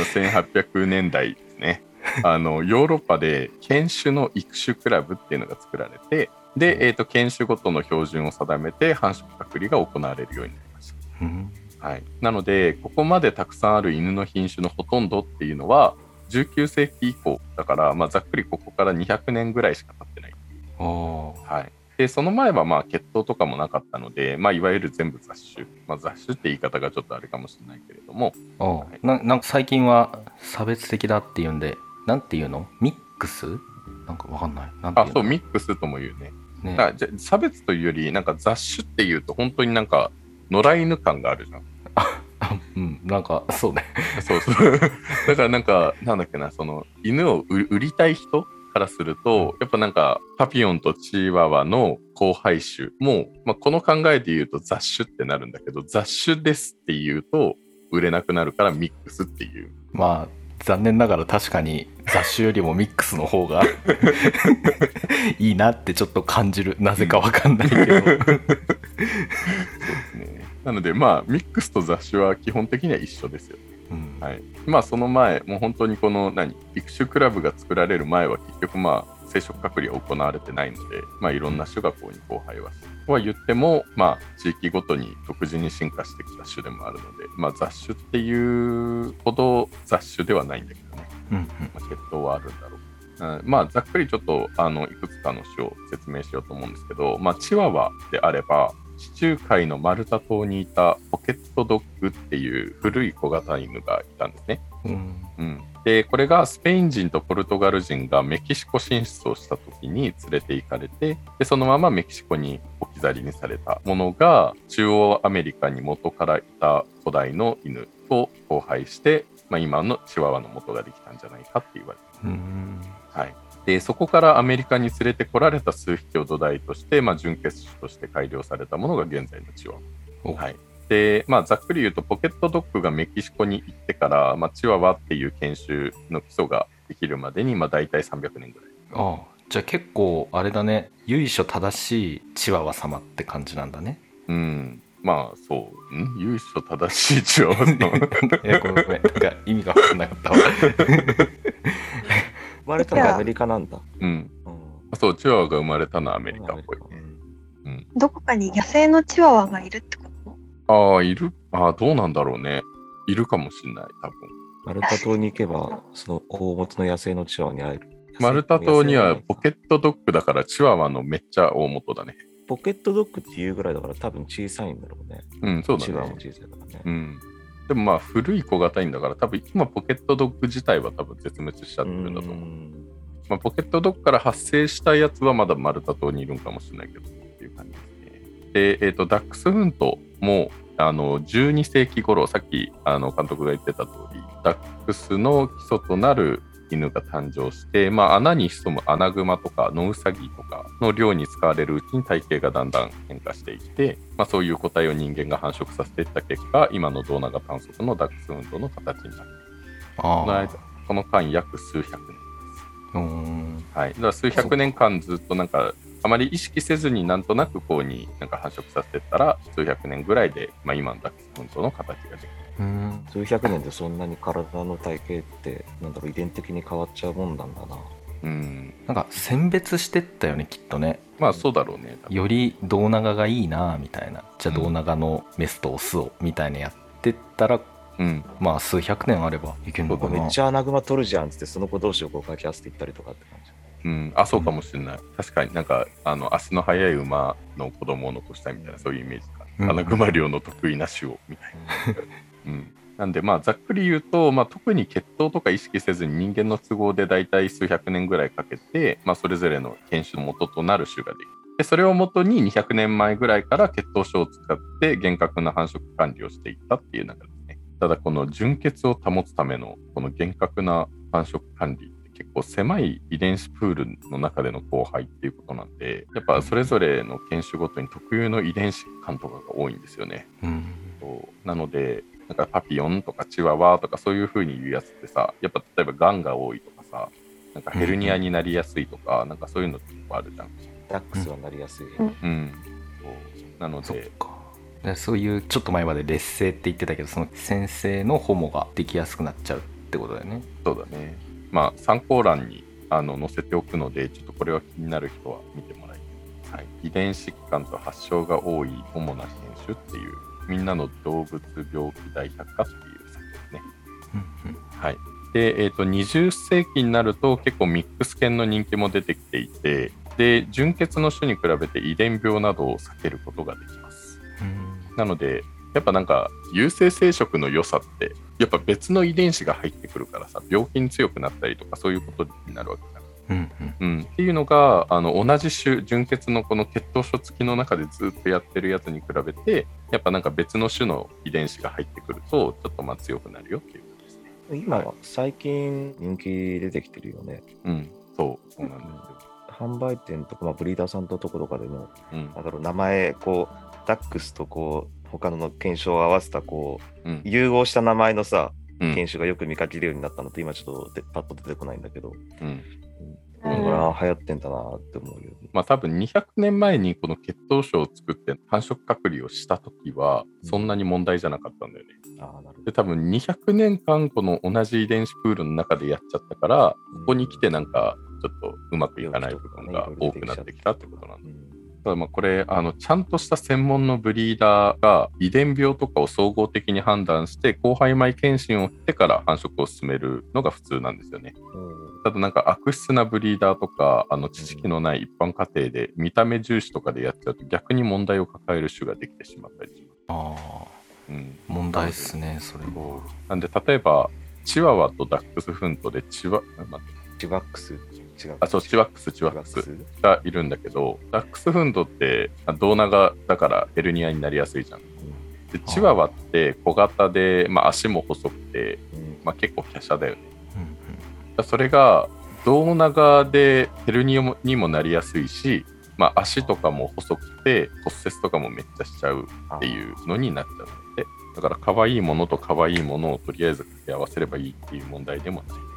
Speaker 1: あ1800年代ですねあのヨーロッパで犬種の育種クラブっていうのが作られてで、えー、と犬種ごとの標準を定めて繁殖隔離が行われるようになりまし
Speaker 4: うん
Speaker 1: た、はい、なのでここまでたくさんある犬の品種のほとんどっていうのは19世紀以降だから、まあ、ざっくりここから200年ぐらいしか経ってない、
Speaker 4: おー
Speaker 1: はい、でその前はまあ血統とかもなかったので、まあ、いわゆる全部雑種、まあ、雑種って言い方がちょっとあれかもしれないけれども
Speaker 4: おーななんか最近は差別的だっていうんでなんていうのミックスなんかわかんないなんてい
Speaker 1: あ
Speaker 4: うの
Speaker 1: そうミックスとも言うね
Speaker 4: ね
Speaker 1: だからじゃ差別というよりなんか雑種っていうと本当になんか野良犬感があるじゃん。
Speaker 4: あうんなんかそうね
Speaker 1: そうそう だからなんかなんだっけなその犬を売売りたい人からするとやっぱなんかパピオンとチワワの交配種も、まあ、この考えで言うと雑種ってなるんだけど雑種ですっていうと売れなくなるからミックスっていう
Speaker 4: まあ残念ながら確かに雑種よりもミックスの方が いいなってちょっと感じるなぜかわかんないけど、
Speaker 1: ねなのでまあミックスと雑種は基本的には一緒ですよ
Speaker 4: うん
Speaker 1: はい、まあその前もう本当にこの何育種クラブが作られる前は結局まあ生殖隔離は行われてないので、まあ、いろんな種がこうに交配はしては言っても、まあ、地域ごとに独自に進化してきた種でもあるので、まあ、雑種っていうほど雑種ではないんだけどね、
Speaker 4: うんうん
Speaker 1: まあ、血統はあるんだろう。うんまあ、ざっくりちょっとあのいくつかの種を説明しようと思うんですけど、まあ、チワワであれば地中海のマルタ島にいたポケットドッグっていう古い小型犬がいたんですね。
Speaker 4: うん
Speaker 1: うん、でこれがスペイン人とポルトガル人がメキシコ進出をした時に連れて行かれてでそのままメキシコに置き去りにされたものが中央アメリカに元からいた古代の犬と交配して、まあ、今のチワワの元ができたんじゃないかって言われて
Speaker 4: うん
Speaker 1: はい、でそこからアメリカに連れてこられた数匹を土台として、まあ、純血種として改良されたものが現在のチワワ。
Speaker 4: お
Speaker 1: はいでまあ、ざっくり言うとポケットドッグがメキシコに行ってから、まあ、チワワっていう研修の基礎ができるまでに、まあ、大体300年ぐらい。
Speaker 4: ああじゃあ結構あれだね由緒正しいチワワ様って感じなんだ ね
Speaker 1: うんまあそう、ん由緒正しいチワワさん
Speaker 4: いやごめんごめんなんか意味が分かんなか ったわ
Speaker 2: 生まれたのがアメリカなんだ。
Speaker 1: うん、
Speaker 2: うん
Speaker 1: そう、チワワが生まれたのはアメリカっぽい。
Speaker 3: どこかに野生のチワワがいるってこと
Speaker 1: ああ、いるああ、どうなんだろうね。いるかもしれない、多分。
Speaker 2: マルタ島に行けば、その大元の野生のチワワに会える。
Speaker 1: マルタ島にはポケ
Speaker 2: ット。
Speaker 1: ットドッグだからチワワのめっちゃ大元だね。
Speaker 2: ポケットドッグっていうぐらいだから多分小さいんだろうね。
Speaker 1: うん、そうだ
Speaker 2: チワワも
Speaker 1: ね。
Speaker 2: 小さいからね。
Speaker 1: うん。でもまあ古い小型犬だから多分今ポケットドッグ自体は多分絶滅しちゃってるんだと思う。
Speaker 2: うん
Speaker 1: まあ、ポケットドッグから発生したやつはまだマルタ島にいるんかもしれないけどっていう感じですね。で、えっ、と、ダックスフントもあの12世紀頃、さっきあの監督が言ってた通り、ダックスの基礎となる犬が誕生して、まあ、穴に潜むアナグマとかノウサギとかの量に使われるうちに体型がだんだん変化していって、まあ、そういう個体を人間が繁殖させていった結果今の胴長短足のダックスフントの形になるこの
Speaker 4: あ
Speaker 1: 間この間約数百年
Speaker 4: あうん
Speaker 1: はい、だから数百年間ずっとなんかあまり意識せずになんとなくこうになんか繁殖させてったら数百年ぐらいで、まあ、今のダックスフントの形ができる
Speaker 4: うん
Speaker 2: 数百年でそんなに体の体型って、なんだろう、遺伝的に変わっちゃうもんなんだな。
Speaker 1: うん
Speaker 4: なんか選別してったよねきっとね
Speaker 1: まあそうだろうね。
Speaker 4: より胴長がいいなみたいなじゃあ
Speaker 1: うん
Speaker 4: 胴長のメスとオスをみたいなやってったら
Speaker 1: うん。
Speaker 4: まあ数百年あればいけるのか
Speaker 2: め
Speaker 4: な
Speaker 2: っちゃアナグマ取るじゃんっつって、その子同士をこう掛け合わせていったりとかって感じ。
Speaker 1: うん。あ、そうかもしれない。確かになんか、あの、足の速い馬の子供を残したいみたいな、そういうイメージか。
Speaker 4: うん
Speaker 1: アナグマ漁の得意な種を、みたいな。うん。なんでまあざっくり言うと、まあ、特に血統とか意識せずに人間の都合で大体数百年ぐらいかけて、まあ、それぞれの犬種の元となる種ができるでそれをもとに200年前ぐらいから血統書を使って厳格な繁殖管理をしていったっていう中ですねただこの純血を保つためのこの厳格な繁殖管理って結構狭い遺伝子プールの中での交配っていうことなんでやっぱそれぞれの犬種ごとに特有の遺伝子感とかが多いんですよね
Speaker 4: うん
Speaker 1: そうなのでなんかパピヨンとかチワワとかそういう風に言うやつってさやっぱ例えばがんが多いとかさなんかヘルニアになりやすいとか、なんかそういうのって結構あるじゃん。
Speaker 2: ダックスはなりやすい。
Speaker 3: うん
Speaker 1: うん、なの
Speaker 4: そっ
Speaker 1: で
Speaker 4: かでそういうちょっと前まで劣勢って言ってたけどその先生のホモができやすくなっちゃうってことだよね
Speaker 1: そうだねまあ参考欄にあの載せておくのでちょっとこれは気になる人は見てもらいたい、はい、遺伝子疾患と発症が多い主な品種っていうみんなの動物病気大百科っていう作品ですねはい。で、えっ、と、20世紀になると結構ミックス犬の人気も出てきていて、で、純血の種に比べて遺伝病などを避けることができます。なので、やっぱなんか、優性生殖の良さって、やっぱ別の遺伝子が入ってくるからさ、病気に強くなったりとか、そういうことになるわけだから。
Speaker 4: うんうんうん
Speaker 1: うん、っていうのがあの同じ種純血のこの血統書付きの中でずっとやってるやつに比べてやっぱなんか別の種の遺伝子が入ってくるとちょっとまあ強くなるよっていうことですね。
Speaker 2: 今は最近人気出てきてるよね。
Speaker 1: うん、そう、そうなんですよ。
Speaker 2: 販売店とか、まあ、ブリーダーさんとところかでも、
Speaker 1: うん
Speaker 2: なんだろう、名前、こう、ダックスとこう、他の検証を合わせた、こう、
Speaker 1: うん
Speaker 2: 融合した名前のさ、
Speaker 1: うん
Speaker 2: 犬種がよく見かけるようになったのって、今ちょっとでパッと出てこないんだけど、
Speaker 1: うん
Speaker 2: これは流行ってんだなって思うよね。
Speaker 1: まあ多分200年前にこの血統書を作って繁殖隔離をした時はそんなに問題じゃなかったんだよね。
Speaker 2: ああ、なる
Speaker 1: で
Speaker 2: ほど。
Speaker 1: 多分200年間この同じ遺伝子プールの中でやっちゃったからここに来てなんかちょっとうまくいかない部分が多くなってきたってことなんだよね
Speaker 2: うん、
Speaker 1: ただまあこれあのちゃんとした専門のブリーダーが遺伝病とかを総合的に判断して後輩前検診をしてから繁殖を進めるのが普通なんですよねただなんか悪質なブリーダーとかあの知識のない一般家庭で見た目重視とかでやっちゃうと逆に問題を抱える種ができてしまったりしま
Speaker 4: ああ
Speaker 1: す、うん、
Speaker 4: 問題っすねそれは
Speaker 1: なんで例えばチワワとダックスフントでチワあ待って
Speaker 2: チワックス違う。
Speaker 1: あそうチワックスチ
Speaker 2: チ
Speaker 1: ワックスがいるんだけどダックスフンドってあ胴長だからヘルニアになりやすいじゃん。でチワワって小型で、まあ、足も細くて、
Speaker 2: うん
Speaker 1: まあ、結構華奢だよね。
Speaker 4: うん
Speaker 1: だそれが胴長でヘルニアにもなりやすいし、まあ、足とかも細くて骨折とかもめっちゃしちゃうっていうのになっちゃうのでだから可愛いものと可愛いものをとりあえず掛け合わせればいいっていう問題でもない。
Speaker 4: うん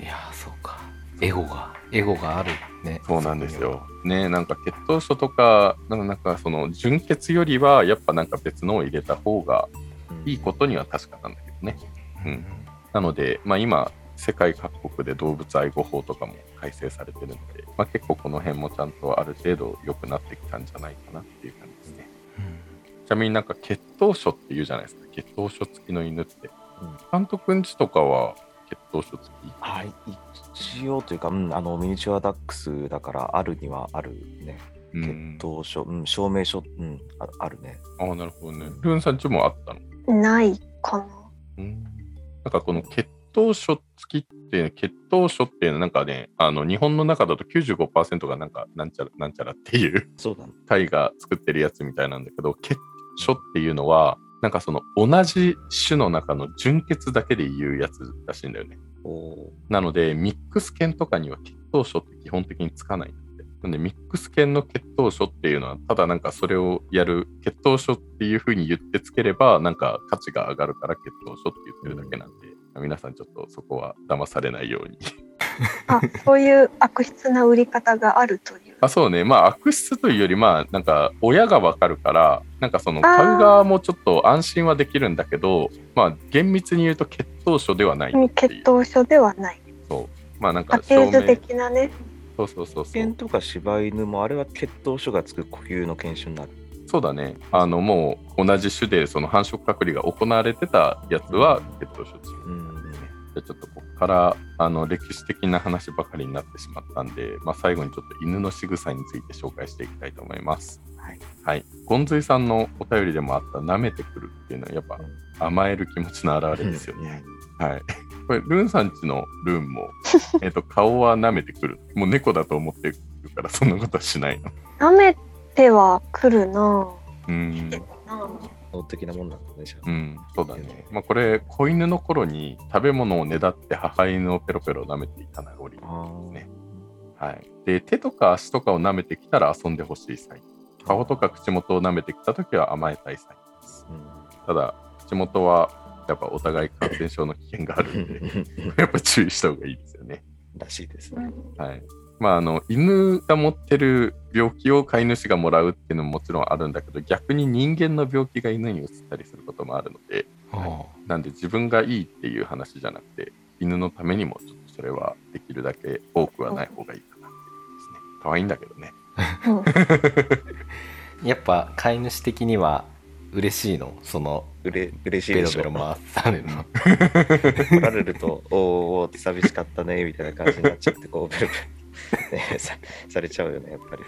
Speaker 4: いやーそうかエゴがエゴがあるね
Speaker 1: そうなんですよ。ねなんか血統書とか、なんかなんかその純血よりは、やっぱなんか別のを入れた方がいいことには確かなんだけどね。
Speaker 4: う
Speaker 1: うん
Speaker 4: ん
Speaker 1: なので、まあ今、世界各国で動物愛護法とかも改正されてるので、まあ結構この辺もちゃんとある程度良くなってきたんじゃないかなっていう感じですね。ちなみになんか血統書って言うじゃないですか。血統書付きの犬って。
Speaker 2: うん
Speaker 1: 監督んちとかは血統書付き
Speaker 2: はい、一応というか、うん、あのミニチュアダックスだからあるにはあるね。
Speaker 1: うん
Speaker 2: 血統書、うん、証明書、うん、ああるね。
Speaker 1: ああ、なるほどね。ルーンさんちもあったの
Speaker 3: ないかな。
Speaker 1: なんかこの血統書付きって、血統書っていうのはなんかね、あの日本の中だと95%がなんかなんちゃら なんちゃらっていう
Speaker 2: そうだね。
Speaker 1: 会が作ってるやつみたいなんだけど、血書っていうのは、なんかその同じ種の中の純血だけで言うやつらしいんだよね。
Speaker 2: おお。
Speaker 1: なので、ミックス犬とかには血統書って基本的につかないんだって。なんで、ミックス犬の血統書っていうのは、ただなんかそれをやる、血統書っていうふうに言ってつければ、なんか価値が上がるから血統書って言ってるだけなんで、皆さんちょっとそこは騙されないように。
Speaker 3: あ、そういう悪質な売り方があるという。
Speaker 1: あ、そうね。まあ、悪質というより、まあ、なんか、親がわかるから、なんかその、買う側もちょっと安心はできるんだけど、まあ、厳密に言うと血統書ではないっていう
Speaker 3: 血統書ではない。
Speaker 1: まあ、なん
Speaker 3: 家
Speaker 1: か、証
Speaker 3: 庭図
Speaker 1: 明。
Speaker 3: 的なね。
Speaker 1: そうそうそうそう
Speaker 2: 犬とか柴犬もあれは血統書がつく固有の犬種になる。
Speaker 1: そうだねあのもう同じ種でその繁殖隔離が行われてたやつは血統書です
Speaker 2: うん。
Speaker 1: じゃあちょっとここからあの歴史的な話ばかりになってしまったんで、まあ、最後にちょっと犬の仕草について紹介していきたいと思います。
Speaker 2: はい、
Speaker 1: はい、ゴンズイさんのお便りでもあった舐めてくるっていうのはやっぱ甘える気持ちの表れですよね。
Speaker 2: ね。
Speaker 1: はい、 これルーンさんちのルーン も、えっと顔は舐めてくるもう猫だと思ってるからそんなことはしないの。
Speaker 3: 舐めてはくるな
Speaker 1: うん
Speaker 3: ぁ。
Speaker 2: 能的なもんなんだね、じゃあ。
Speaker 1: うん、そうだね。まあ、これ、子犬の頃に食べ物をねだって母犬をペロペロ舐めていた名残ですね。はい。で、手とか足とかを舐めてきたら遊んでほしいサイン。顔とか口元を舐めてきたときは甘えたいサインです。ただ、口元はやっぱお互い感染症の危険があるん で、やっぱ注意した方がいいですよね。
Speaker 2: らしいですね。
Speaker 1: はい。まあ、あの犬が持ってる病気を飼い主がもらうっていうのももちろんあるんだけど逆に人間の病気が犬にうつったりすることもあるので、
Speaker 4: あ
Speaker 1: なんで自分がいいっていう話じゃなくて犬のためにもちょっとそれはできるだけ多くはない方がいいかなっていうですね可愛いんだけどね
Speaker 3: うん
Speaker 4: あやっぱ飼い主的には嬉しいのその
Speaker 2: うれ嬉しい
Speaker 4: ベ
Speaker 2: で
Speaker 4: ロ
Speaker 2: し
Speaker 4: ベロ
Speaker 2: ょ。
Speaker 4: 回されるの
Speaker 2: 来られると、 おーおーって寂しかったね、みたいな感じになっちゃって、こう、ベロベロ、ね、さされちゃうよね、やっぱり。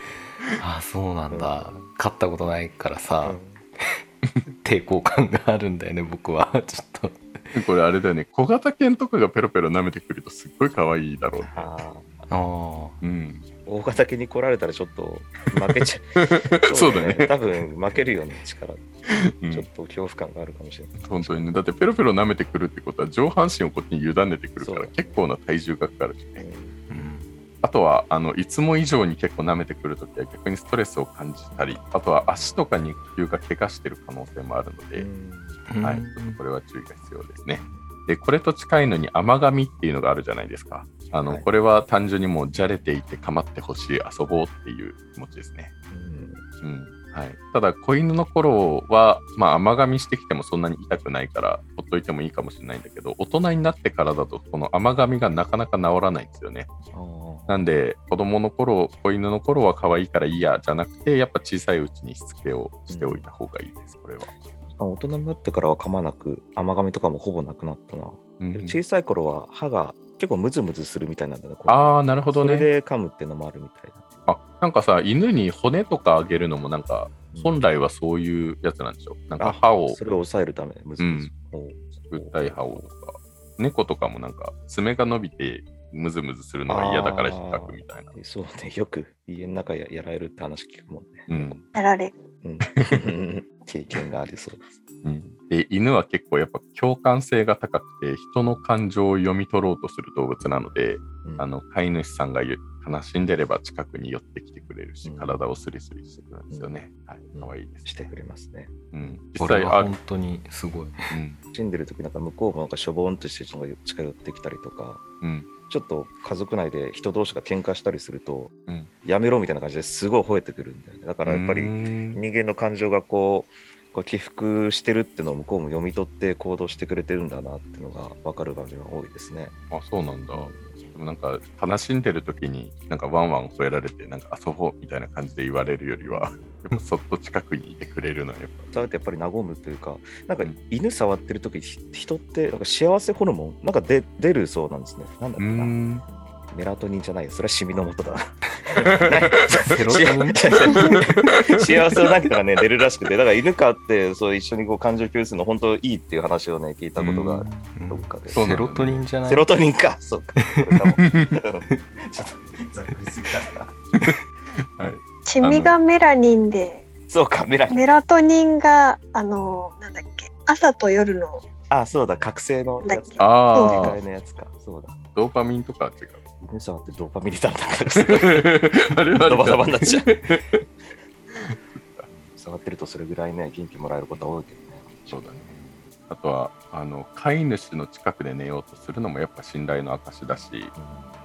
Speaker 4: ああそうなんだ飼ったことないからさ、
Speaker 2: うん
Speaker 4: 抵抗感があるんだよね僕は ちょっと
Speaker 1: これあれだよね小型犬とかがペロペロ舐めてくるとすっごい可愛いだろう
Speaker 2: あー
Speaker 4: あ
Speaker 1: うん
Speaker 2: 大型犬に来られたらちょっと負けちゃ う。
Speaker 1: そうだね
Speaker 2: 多分負けるよね、力。ち
Speaker 1: う
Speaker 2: ょ
Speaker 1: ん
Speaker 2: っと恐怖感があるかもしれない。
Speaker 1: 本当にねだってペロペロ舐めてくるってことは上半身をこっちに委ねてくるか
Speaker 2: そう
Speaker 1: ら結構な体重がかかるしね
Speaker 4: あうん
Speaker 1: あとはあのいつも以上に結構舐めてくるときは逆にストレスを感じたりあとは足とか肉球が怪我してる可能性もあるので、はい、ちょっとこれは注意が必要ですね。で、これと近いのに甘噛みっていうのがあるじゃないですか。あの、
Speaker 2: はい
Speaker 1: これは単純にもうじゃれていて構ってほしい、遊ぼうっていう気持ちですね。うん。はい。ただ、子犬の頃は、まあ甘噛みしてきてもそんなに痛くないから、ほっといてもいいかもしれないんだけど、大人になってからだと、この甘噛みがなかなか治らないんですよね。なんで、子供の頃、子犬の頃は可愛いからいいや、じゃなくて、やっぱ小さいうちにしつけをしておいた方がいいです、これは。
Speaker 2: あ大人になってからは噛まなく、甘噛みとかもほぼなくなったな。
Speaker 1: うん
Speaker 2: 小さい頃は歯が結構ムズムズするみたいなんだね。こう
Speaker 1: ああ、なるほど
Speaker 2: そ
Speaker 1: ね。
Speaker 2: れで噛むってのもあるみたいな。
Speaker 1: あなんかさ犬に骨とかあげるのもなんか
Speaker 2: うん
Speaker 1: 本来はそういうやつなんでしょなんか
Speaker 2: あ
Speaker 1: 歯を
Speaker 2: それを抑えるため、ムズムズ。おう
Speaker 1: 物体歯をとか猫とかもなんか爪が伸びてムズムズするのが嫌だから引っかくみたいな、
Speaker 2: そうね、よく家の中ややられるって話聞くもん ね。
Speaker 1: うん
Speaker 3: やられる。
Speaker 2: うん、経験がありそうです。
Speaker 1: うんで犬は結構やっぱ共感性が高くて人の感情を読み取ろうとする動物なので
Speaker 2: うん
Speaker 1: あの飼い主さんがゆ悲しんでれば近くに寄ってきてくれるし
Speaker 2: うん
Speaker 1: 体をスリスリしてくるんですよね、はい可愛いですね
Speaker 2: してくれますね。
Speaker 1: うん実
Speaker 4: これ
Speaker 1: 際あ
Speaker 4: は
Speaker 1: る
Speaker 4: 本当にすご
Speaker 1: う
Speaker 4: い
Speaker 1: ん
Speaker 2: 死んでる時なんか向こうもなんかしょぼんとしてる人が近寄ってきたりとか
Speaker 1: うん
Speaker 2: ちょっと家族内で人同士が喧嘩したりすると、
Speaker 1: うん
Speaker 2: やめろみたいな感じですごい吠えてくるんだよねだからやっぱ
Speaker 1: う
Speaker 2: り
Speaker 1: ん
Speaker 2: 人間の感情がこうこう起伏してるっていうのを向こうも読み取って行動してくれてるんだなっていうのが分かる場面が多いですね。
Speaker 1: あそうなんだでもなんか悲しんでる時になんかワンワン吠えられてなんか遊ぼうみたいな感じで言われるよりはやっぱそっと近くにいてくれるのはやっ
Speaker 2: そうやってやっぱり和むというかなんか犬触ってる時ひ人ってなんか幸せホルモンなんか出出るそうなんですね。なんだ
Speaker 1: ぱ
Speaker 2: っけなメラトニンじゃないよそれはシミのもとだ な。
Speaker 4: セロトニン
Speaker 2: 幸せをなんかね出るらしくてだから犬飼ってそう一緒にこう感情共有するの本当いいっていう話をね聞いたことがどっかで、
Speaker 1: んそうなんだ
Speaker 4: セロトニンじゃない
Speaker 2: セロトニンかそうかこれかもちょっとざっくりすぎたな
Speaker 3: チミがメラニンで、
Speaker 2: そうかメラニン
Speaker 3: メラトニンが、あの、なんだっけ、朝と夜の、
Speaker 2: あそうだ覚醒の
Speaker 3: だ
Speaker 2: や
Speaker 3: っ
Speaker 2: つ
Speaker 3: け。
Speaker 1: あ
Speaker 2: 世
Speaker 1: あ
Speaker 2: 界のやつかそうだ
Speaker 1: ドーパミンとかは違う
Speaker 2: 犬触ってドーパミン出たんだから
Speaker 1: あれは
Speaker 2: ドバドバになっちゃ
Speaker 1: う
Speaker 2: 触ってるとそれぐらいね元気もらえることは多いけどね
Speaker 1: そうだねあとはあの飼い主の近くで寝ようとするのもやっぱ信頼の証だし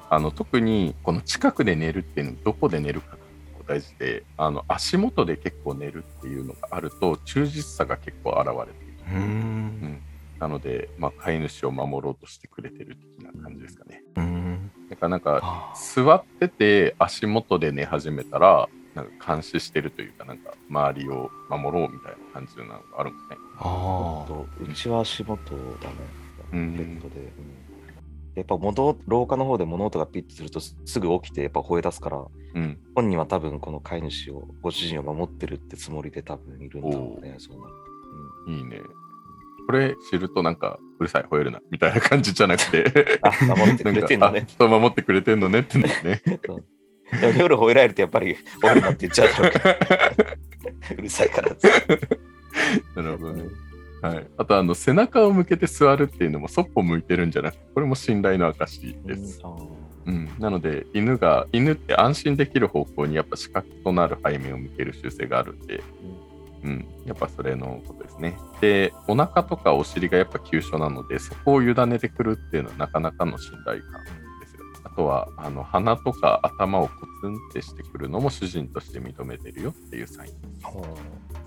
Speaker 1: あの特にこの近くで寝るっていうのどこで寝るかが大事であの足元で結構寝るっていうのがあると忠実さが結構現れている
Speaker 4: うーん
Speaker 1: なので、まあ、飼い主を守ろうとしてくれてる的な感じですかね。
Speaker 4: うーん
Speaker 1: だからなんか
Speaker 4: あ
Speaker 1: 座ってて足元で寝始めたらなんか監視してるというかなんか周りを守ろうみたいな感じなのがあるもんね。
Speaker 4: あ
Speaker 2: とうちは足元だね、
Speaker 1: う
Speaker 2: ベ
Speaker 1: ん
Speaker 2: ッドで。うんやっぱ物廊下の方で物音がピッとするとすすぐ起きてやっぱ吠え出すから
Speaker 1: うん、
Speaker 2: 本人は多分この飼い主をご主人を守ってるってつもりで多分いるんだろうねそうなる
Speaker 1: いいね。これ知るとなんかうるさい吠えるなみたいな感じじゃなくて
Speaker 2: とうんあ守って
Speaker 1: な
Speaker 2: く
Speaker 1: ん
Speaker 2: れ
Speaker 1: か
Speaker 2: てんだね
Speaker 1: あそう守ってくれてんのね ってなるね。
Speaker 2: でも夜吠えられるとやっぱり「吠えるな」って言っちゃうでしょうからうるさいからっつって
Speaker 1: なるほどね。はい、あとあの背中を向けて座るっていうのもそっぽ向いてるんじゃなくてこれも信頼の証です、
Speaker 2: うんあー
Speaker 1: うん、なので犬が犬って安心できる方向にやっぱ視覚となる背面を向ける習性があるんで、うん、やっぱそれのことですねでお腹とかお尻がやっぱ急所なのでそこを委ねてくるっていうのはなかなかの信頼感ですよあとはあの鼻とか頭をコツンってしてくるのも主人として認めてるよっていうサイン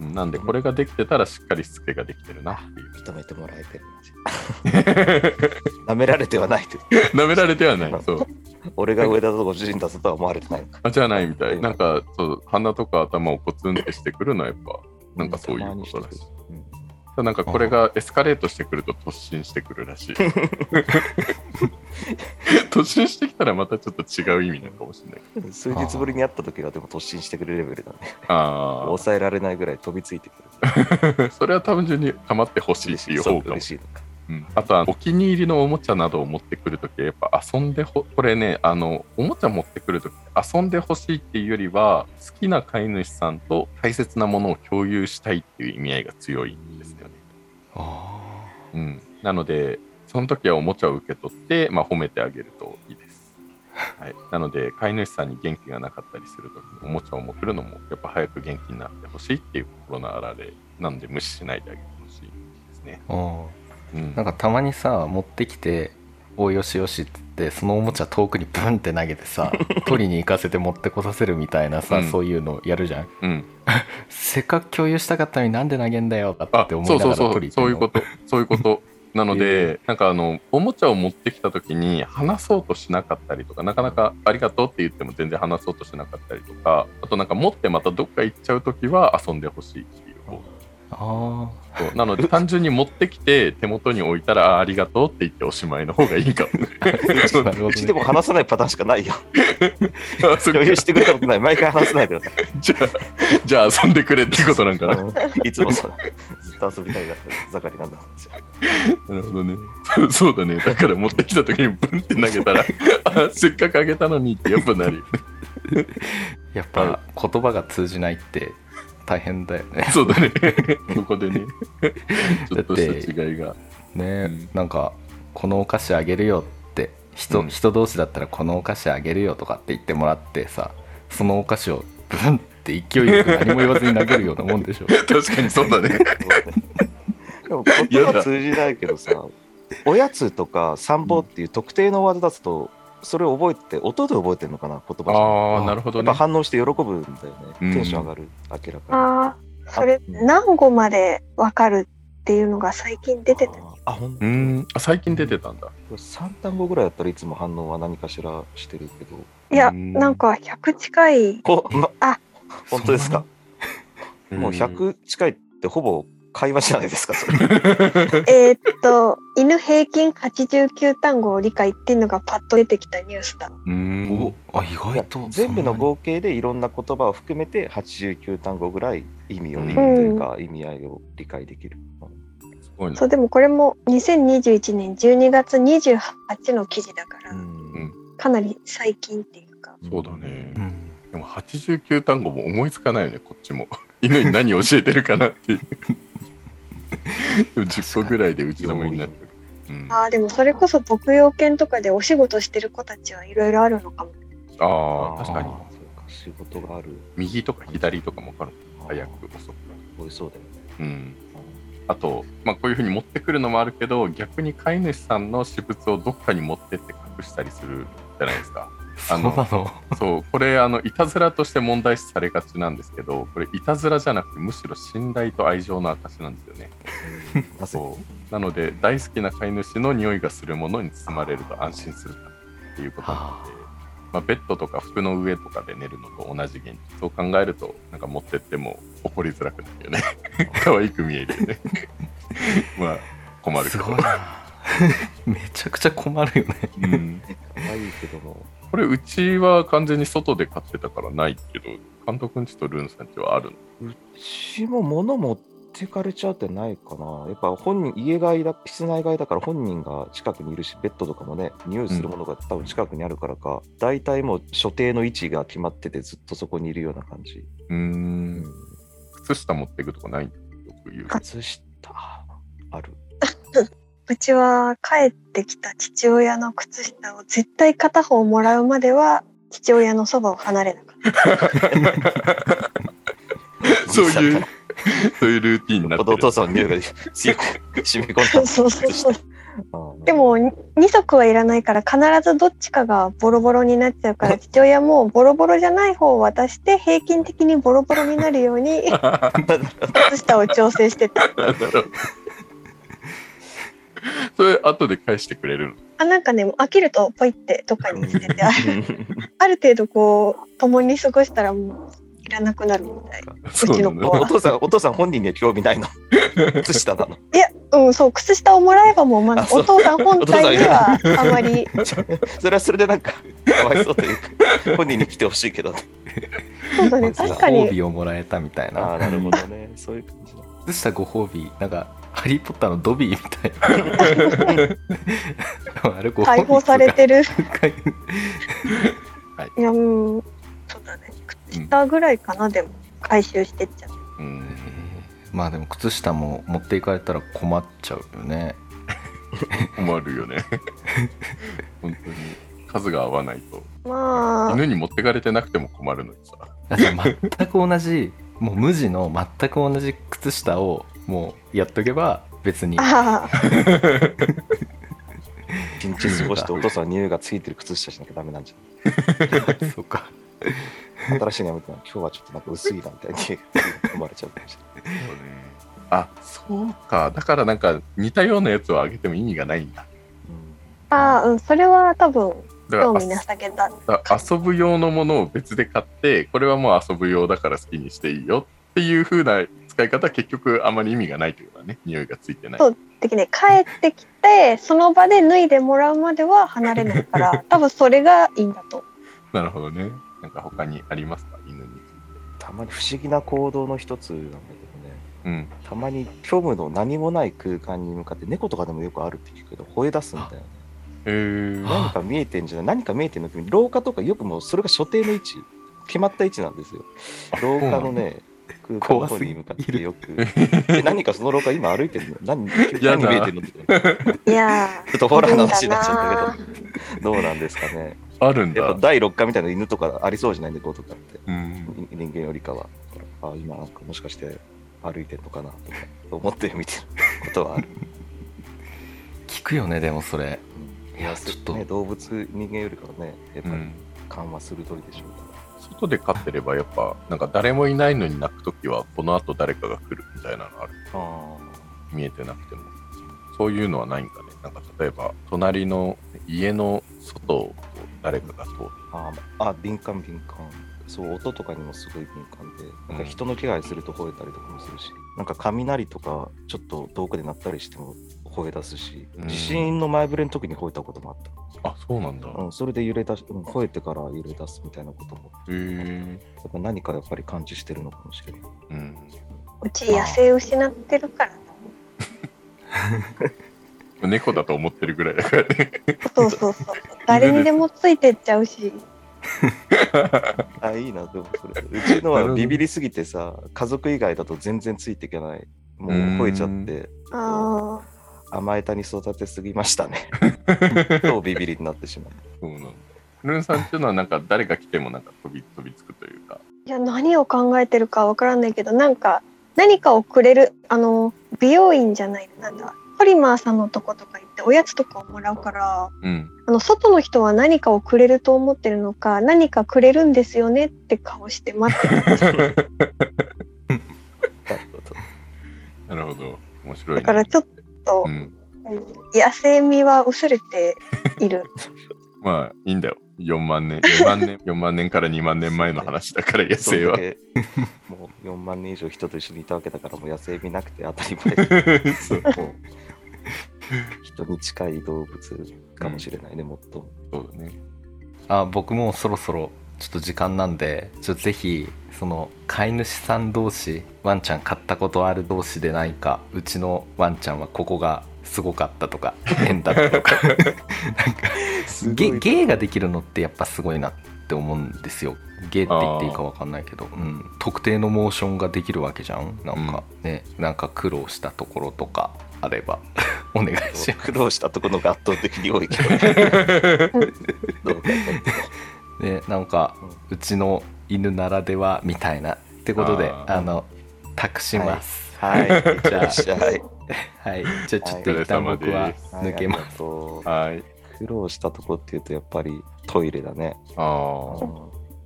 Speaker 1: うんなんでこれができてたらしっかりしつけができてるなって いう
Speaker 2: 認めてもらえてる舐められてはないと
Speaker 1: 舐められてはない。そう。
Speaker 2: 俺が上だぞご主人だぞとは思われてないのか
Speaker 1: あじゃないみたい。なんか、そう、鼻とか頭をコツンってしてくるのはやっぱ、なんかそういうことらしい。ただなんかこれがエスカレートしてくると突進してくるらしい。 突進してきたらまたちょっと違う意味なのかもしれない。
Speaker 2: うん数日ぶりに会った時はでも突進してくるレベルだね
Speaker 1: あ
Speaker 2: 抑えられないぐらい飛びついてくる
Speaker 1: あ、それは単純に構ってほしいっていう
Speaker 2: そう
Speaker 1: 方かも
Speaker 2: 嬉。しいのか
Speaker 1: うん、あとはお気に入りのおもちゃなどを持ってくるときはやっぱ遊んでほこれねあのおもちゃ持ってくるとき遊んでほしいっていうよりは好きな飼い主さんと大切なものを共有したいっていう意味合いが強いんですよね、
Speaker 4: あ
Speaker 1: うん、なのでその時はおもちゃを受け取って、まあ、褒めてあげるといいです、はい、なので飼い主さんに元気がなかったりするときおもちゃを持ってるのもやっぱ早く元気になってほしいっていう心の表れなので無視しないであげてほしいですね、
Speaker 4: あ
Speaker 1: うん
Speaker 4: なんかたまにさ持ってきて「おいよしよし」って言ってそのおもちゃ遠くにブンって投げて さ取りに行かせて持ってこさせるみたいなさ、
Speaker 1: うん
Speaker 4: そういうのやるじゃん
Speaker 1: うん、
Speaker 4: せっかく共有したかったのになんで投げんだよとか
Speaker 1: あ
Speaker 4: って
Speaker 1: そう
Speaker 4: 思いな
Speaker 1: そう
Speaker 4: が
Speaker 1: そ
Speaker 4: ら
Speaker 1: う
Speaker 4: 取り
Speaker 1: そういうこととそういうことなの で、なんかあのおもちゃを持ってきた時に話そうとしなかったりとかなかなか「ありがとう」って言っても全然話そうとしなかったりとかあとなんか持ってまたどっか行っちゃう時は遊んでほしいっていう方
Speaker 4: あ
Speaker 1: そうなの で単純に持ってきて手元に置いたら「あありがとう」って言っておしまいの方がいいかも ねそう
Speaker 4: あなるほど、
Speaker 2: うちで
Speaker 4: ね、
Speaker 2: も話さないパターンしかな いよ。
Speaker 1: あそっか
Speaker 2: 共有してくれたことない。毎回話さないでください
Speaker 1: じゃあじゃあ遊んでくれってことなんかな
Speaker 2: うんいつもそうずっと遊びたいが盛りなんだ。
Speaker 1: なるほどね。そうそうだね。だから持ってきた時にブンって投げたら、あせっかくあげたのにってやっぱなるよね。
Speaker 4: やっぱ言葉が通じないって大変だよ ね
Speaker 1: そうだね。そこで ね。ちょっとした違いが。う
Speaker 4: ね、
Speaker 1: ん
Speaker 4: なんかこのお菓子あげるよって人,、
Speaker 1: うん
Speaker 4: 人同士だったらこのお菓子あげるよとかって言ってもらってさそのお菓子をブンって勢いよく何も言わずに投げるようなもんでしょ
Speaker 1: 確かにそうだね。
Speaker 2: でも言葉通じないけ どさ、おやつとか散歩っていう特定のワード出すと、それを覚えて、音で覚えてるのかな、言葉
Speaker 1: ああ、
Speaker 4: あ
Speaker 1: なるほど
Speaker 2: じゃ。やっ
Speaker 1: ね
Speaker 2: ぱ。反応して喜ぶんだよね。
Speaker 1: うん
Speaker 2: テンション上がる、明らか
Speaker 3: ああそれ
Speaker 2: うん
Speaker 3: 何語までわかるっていうのが最近出
Speaker 2: に。
Speaker 3: てた
Speaker 2: あーあ、ほん
Speaker 1: うーんあ最近出てたんだ。
Speaker 2: 3単語ぐらいだったらいつも反応は何かしらしてるけど。
Speaker 3: いや
Speaker 1: うん
Speaker 3: なんか100近 い
Speaker 2: こま、
Speaker 3: あ
Speaker 2: 本当ですか。もう
Speaker 1: うん
Speaker 2: 100近いってほぼ会話じゃないですか、それ。
Speaker 3: えーっと犬平均89単語を理解っていうのがパッと出てきたニュースだ
Speaker 1: うーん。
Speaker 4: おあ意外と
Speaker 2: 全部の
Speaker 4: 語
Speaker 2: 合計でいろんな言葉を含めて89単語ぐらい意味を握るというか、意味合いを理解できる。
Speaker 1: すごいな
Speaker 3: そうでもこれも2021年12月28の記事だから、
Speaker 1: うん
Speaker 3: かなり最近っていうか
Speaker 1: そうだね
Speaker 4: う。ん
Speaker 1: でも89単語も思いつかないよね、こっちも。 犬に何教えてるかなっていう。でも10個ぐらいでうちのもになってる。うん
Speaker 3: あーでもそれこそ牧羊犬とかでお仕事してる子たちはいろいろあるのかも
Speaker 1: ああ、確かに
Speaker 2: そ。うか、仕事がある。
Speaker 1: 右とか左とかも分かる早く遅く
Speaker 2: おいそうだよね。
Speaker 1: うんあと、まあ、こういうふうに持ってくるのもあるけど逆に飼い主さんの私物をどっかに持ってって隠したりするじゃない ですか
Speaker 4: そ
Speaker 1: あ
Speaker 4: う
Speaker 1: の
Speaker 4: なの
Speaker 1: そうこれあのいたずらとして問題視されがちなんですけどこれいたずらじゃなくてむしろ信頼と愛情の証なんですよね
Speaker 2: なぜ
Speaker 1: そうなので大好きな飼い主の匂いがするものに包まれると安心するっていうことにな
Speaker 4: は
Speaker 1: って、まあ、ベッドとか服の上とかで寝るのと同じ現実を考えるとなんか持ってっても怒りづらくなるよ ね可愛く見えるよね まあ困るけ
Speaker 4: す
Speaker 1: ど
Speaker 4: ごいな めちゃくちゃ困るよね
Speaker 1: うん、
Speaker 2: 可愛いけども、
Speaker 1: これうちは完全に外で買ってたからないけど監督んちとルンさんちはあるの
Speaker 2: うちも物持ってかれちゃうってないかな。やっぱ本人、家外だ、室内外だから本人が近くにいるし、ベッドとかもね、匂いするものが多分近くにあるからか、大体もう所定の位置が決まってて、ずっとそこにいるような感じ。
Speaker 1: うー。
Speaker 2: うん
Speaker 1: 靴下持っていくとかないんだよく言うけど
Speaker 2: 靴下、ある。
Speaker 3: うちは帰ってきた父親の靴下を絶対片方もらうまでは父親のそばを離れなかった。
Speaker 1: そういう、そういうルーティンにな
Speaker 2: よ
Speaker 1: っ
Speaker 2: ってぽ
Speaker 1: る。
Speaker 2: どお父さんの匂い が強く染み込んだ
Speaker 3: そうそうそうそう。
Speaker 2: あー
Speaker 3: で、もに2足はいらないから必ずどっちかがボロボロになっちゃう から父親もボロボロじゃない方を渡して平均的にボロボロ になるように靴下を調整してた。
Speaker 1: なるほど それ、後で返してくれる
Speaker 3: あなんかね飽きるとポイってどっかに捨ててある
Speaker 2: うん
Speaker 3: ある程度こう共に過ごしたらもういらなくなるみたい。
Speaker 1: の
Speaker 3: ちの子は
Speaker 1: そうなの
Speaker 2: お父さん、お父さん本人には興味ないの。靴下なの。
Speaker 3: いやうんそう靴下をもらえばもうまだ
Speaker 2: あそう
Speaker 3: お父さん本体にはあ まり
Speaker 2: それはそれでなんか、かわいそうというか、本人に来てほしいけど。
Speaker 3: そうだね
Speaker 2: そう
Speaker 3: 確か
Speaker 4: ご褒
Speaker 3: に
Speaker 4: 美をもらえたみたい
Speaker 2: ああ、
Speaker 4: な
Speaker 2: なるほどね。そういう感じだ。
Speaker 4: 靴下ご褒美なんか「ハリー・ポッター」のドビーみたい なあれご褒美
Speaker 3: 解放さ れてる。
Speaker 4: 解
Speaker 3: いやうんそうだね靴下ぐらいかなでも回収してっちゃ
Speaker 1: う
Speaker 3: う。
Speaker 1: ん
Speaker 4: まあでも靴下も持っていかれたら困っちゃうよね
Speaker 1: 困るよ ね。本当に。数が合わないと。
Speaker 3: まあ
Speaker 1: 犬に持ってかれてなくても困るのにさ。
Speaker 4: だって全く同じ もう無地の全く同じ靴下をもうやっとけば別に
Speaker 3: ああ
Speaker 2: 一日過ごしてお父さん匂いがついてる靴下しなきゃダメなんじ
Speaker 4: そうか
Speaker 2: ゃない新しいのやめてない今日はちょっとなんか薄いなみたいに思われちゃうかもし
Speaker 1: あ、そうか。だからなんか似たようなやつをあげても意味がないんだ。
Speaker 3: ああうんそれは多分
Speaker 1: だから
Speaker 3: 興
Speaker 1: あ
Speaker 3: 味なさげだ
Speaker 1: だ遊ぶ用のものを別で買ってこれはもう遊ぶ用だから好きにしていいよっていう風な使い方は結局あまり意味がないというかね匂いがついてない
Speaker 3: そうできない帰ってきてその場で脱いでもらうまでは離れないから 多分それがいいんだと
Speaker 1: なるほどねなんか他にありますか犬に
Speaker 2: れないたまに不思議な行動の一つなんだけどね
Speaker 1: うん
Speaker 2: たまに虚無の何もない空間に向かって猫とかでもよくあるって聞くけど吠え出すんだよね
Speaker 1: えー、
Speaker 2: 何か見えてんじゃない何か見えてんの君廊下とかよくもうそれが所定の位置決まった位置なんですよ廊下のね空間の方に向かってよくえ何かその廊下今歩いてるの何
Speaker 1: やだ
Speaker 2: 何見えてるのみたいない
Speaker 3: や
Speaker 2: ちょっとホラーの話になっちゃったけど、どうなんですかね。
Speaker 1: あるん
Speaker 2: やっ
Speaker 1: だ
Speaker 2: ぱ第6回みたいな犬とかありそうじゃない猫とかって、
Speaker 1: うん
Speaker 2: 人人間よりかは。あ今なんかもしかして歩いてるのかなとか思って見てることはある。
Speaker 4: 聞くよねでもそれいやちょっと
Speaker 2: ね、動物、人間よりかはね、やっ
Speaker 1: う
Speaker 2: ぱり
Speaker 1: ん
Speaker 2: 勘は鋭いでしょうから。
Speaker 1: 外で飼ってればやっぱなんか誰もいないのに鳴く時はこのあと誰かが来るみたいなのある
Speaker 2: あ
Speaker 1: 見えてなくてもそういうのはないんかねなんか例えば隣の家の外を誰かが通って
Speaker 2: ーあーあ、敏感、敏感。そう音とかにもすごい敏感で、なんか人の気配すると吠えたりとかもするし、なんか雷とかちょっと遠くで鳴ったりしても吠え出すし、
Speaker 1: うん
Speaker 2: 地震の前触れの時に吠えたこともあった。
Speaker 1: あそうなんだ、
Speaker 2: うん、それで揺れ出し、うん、吠えてから揺れ出すみたいなことも、
Speaker 1: へえ
Speaker 2: やっぱ何かやっぱり感知してるのかもしれない。
Speaker 1: うん
Speaker 3: ーうち野生失って るから
Speaker 1: 猫だと思ってるぐらいだからね
Speaker 3: そうそうそう誰にでもついてっちゃうし
Speaker 2: あ、いいな、でもそれ。うちのはビビりすぎてさ、家族以外だと全然ついていけない。もう吠えちゃって、
Speaker 3: ああ
Speaker 2: 甘えたに育てすぎました ね。そうビビりになってし まう。
Speaker 1: そうなんだルンさんっていうのはなんか誰が来てもなんか飛び飛びつくというか
Speaker 3: いや何を考えてるかわからないけどなんか何かをくれるあの美容院じゃないなんだトリマーさんのとことか行っておやつとかをもらうから
Speaker 1: うん
Speaker 3: あの外の人は何かをくれると思ってるのか何かくれるんですよねって顔して待ってた
Speaker 2: なるほど
Speaker 1: なるほど面白い、ね、
Speaker 3: だからちょっと
Speaker 1: うん、
Speaker 3: うん野生味は薄れている
Speaker 1: まあいいんだよ。4万年、4万年、4万年 から2万年前の話だから野生は
Speaker 2: そ。れだけもう4万人以上人と一緒にいたわけだからもう野生見なくて当たり前
Speaker 1: そう
Speaker 2: もう人に近い動物かもしれないね、もっと
Speaker 1: そうだね。
Speaker 4: あ僕もそろそろちょっと時間なんでちょっとぜひその飼い主さん同士ワンちゃん飼ったことある同士でないかうちのワンちゃんはここがすごかったと か変だったとかなんかゲ芸ができるのってやっぱすごいなって思うんですよ芸って言っていいかわかんないけど、うん、特定のモーションができるわけじゃんなんかね、なんか苦労したところとかあれ ばお願いしま
Speaker 2: 苦
Speaker 4: す
Speaker 2: 労したところが圧倒的に多いけどどう考えても
Speaker 4: でなんかうちの犬ならではみたいなってことで
Speaker 1: あ
Speaker 4: あ
Speaker 1: ー
Speaker 4: の託します
Speaker 2: はい
Speaker 4: じゃあ
Speaker 2: じゃあ
Speaker 4: はい、じゃあちょっと一旦僕は抜けます
Speaker 2: す、はいありがとう
Speaker 1: はい。
Speaker 2: 苦労したとこっていうとやっぱりトイレだね
Speaker 1: ああ。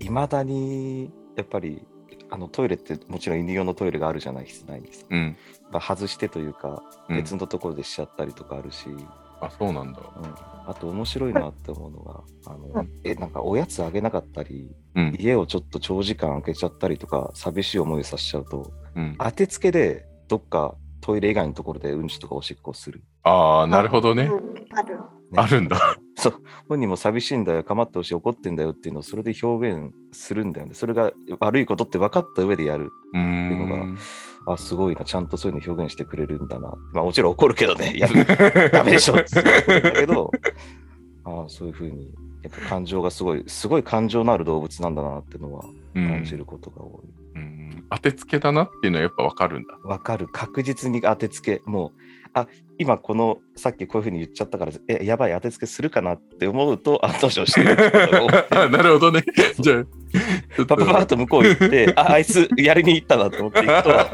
Speaker 2: いまだにやっぱりあのトイレってもちろん犬用のトイレがあるじゃない室内にさ、
Speaker 1: うん。
Speaker 2: まあ、外してというか
Speaker 1: うん
Speaker 2: 別のところでしちゃったりとかあるし、うん
Speaker 1: あ、そうなんだ。
Speaker 2: あと面白いなって思うのがあの、
Speaker 3: うん
Speaker 2: えなんかおやつあげなかったり
Speaker 1: うん。
Speaker 2: 家をちょっと長時間開けちゃったりとか寂しい思いさせちゃうと
Speaker 1: うん、あ
Speaker 2: 当てつけでどっかトイレ以外のところでうんちとかおしっこをする
Speaker 1: あー、なるほどね。
Speaker 3: うんある。
Speaker 2: ね
Speaker 1: あるんだ。
Speaker 2: 本人も寂しいんだよ、構ってほしい、怒ってんだよっていうのをそれで表現するんだよね。それが悪いことって分かった上でやる。
Speaker 1: うーん。
Speaker 2: あ、すごいな、ちゃんとそういうの表現してくれるんだな。まあもちろん怒るけど ね、やるダメでしょって怒るんだけど、あそういうふうに、やっぱ感情がすごい、すごい感情のある動物なんだなっていうのは
Speaker 1: うん
Speaker 2: 感じることが多
Speaker 1: う
Speaker 2: い。
Speaker 1: ん当てつけだなっていうのはやっぱわかるんだ。
Speaker 2: わかる確実に当てつけもうあ今このさっきこういうふうに言っちゃったからえやばい当てつけするかなって思うと後処してること が多い
Speaker 1: あなるほどね。じゃあ、ちょっ
Speaker 2: パパパッと向こう行って、ああいつやりに行ったなと思って行くと、あ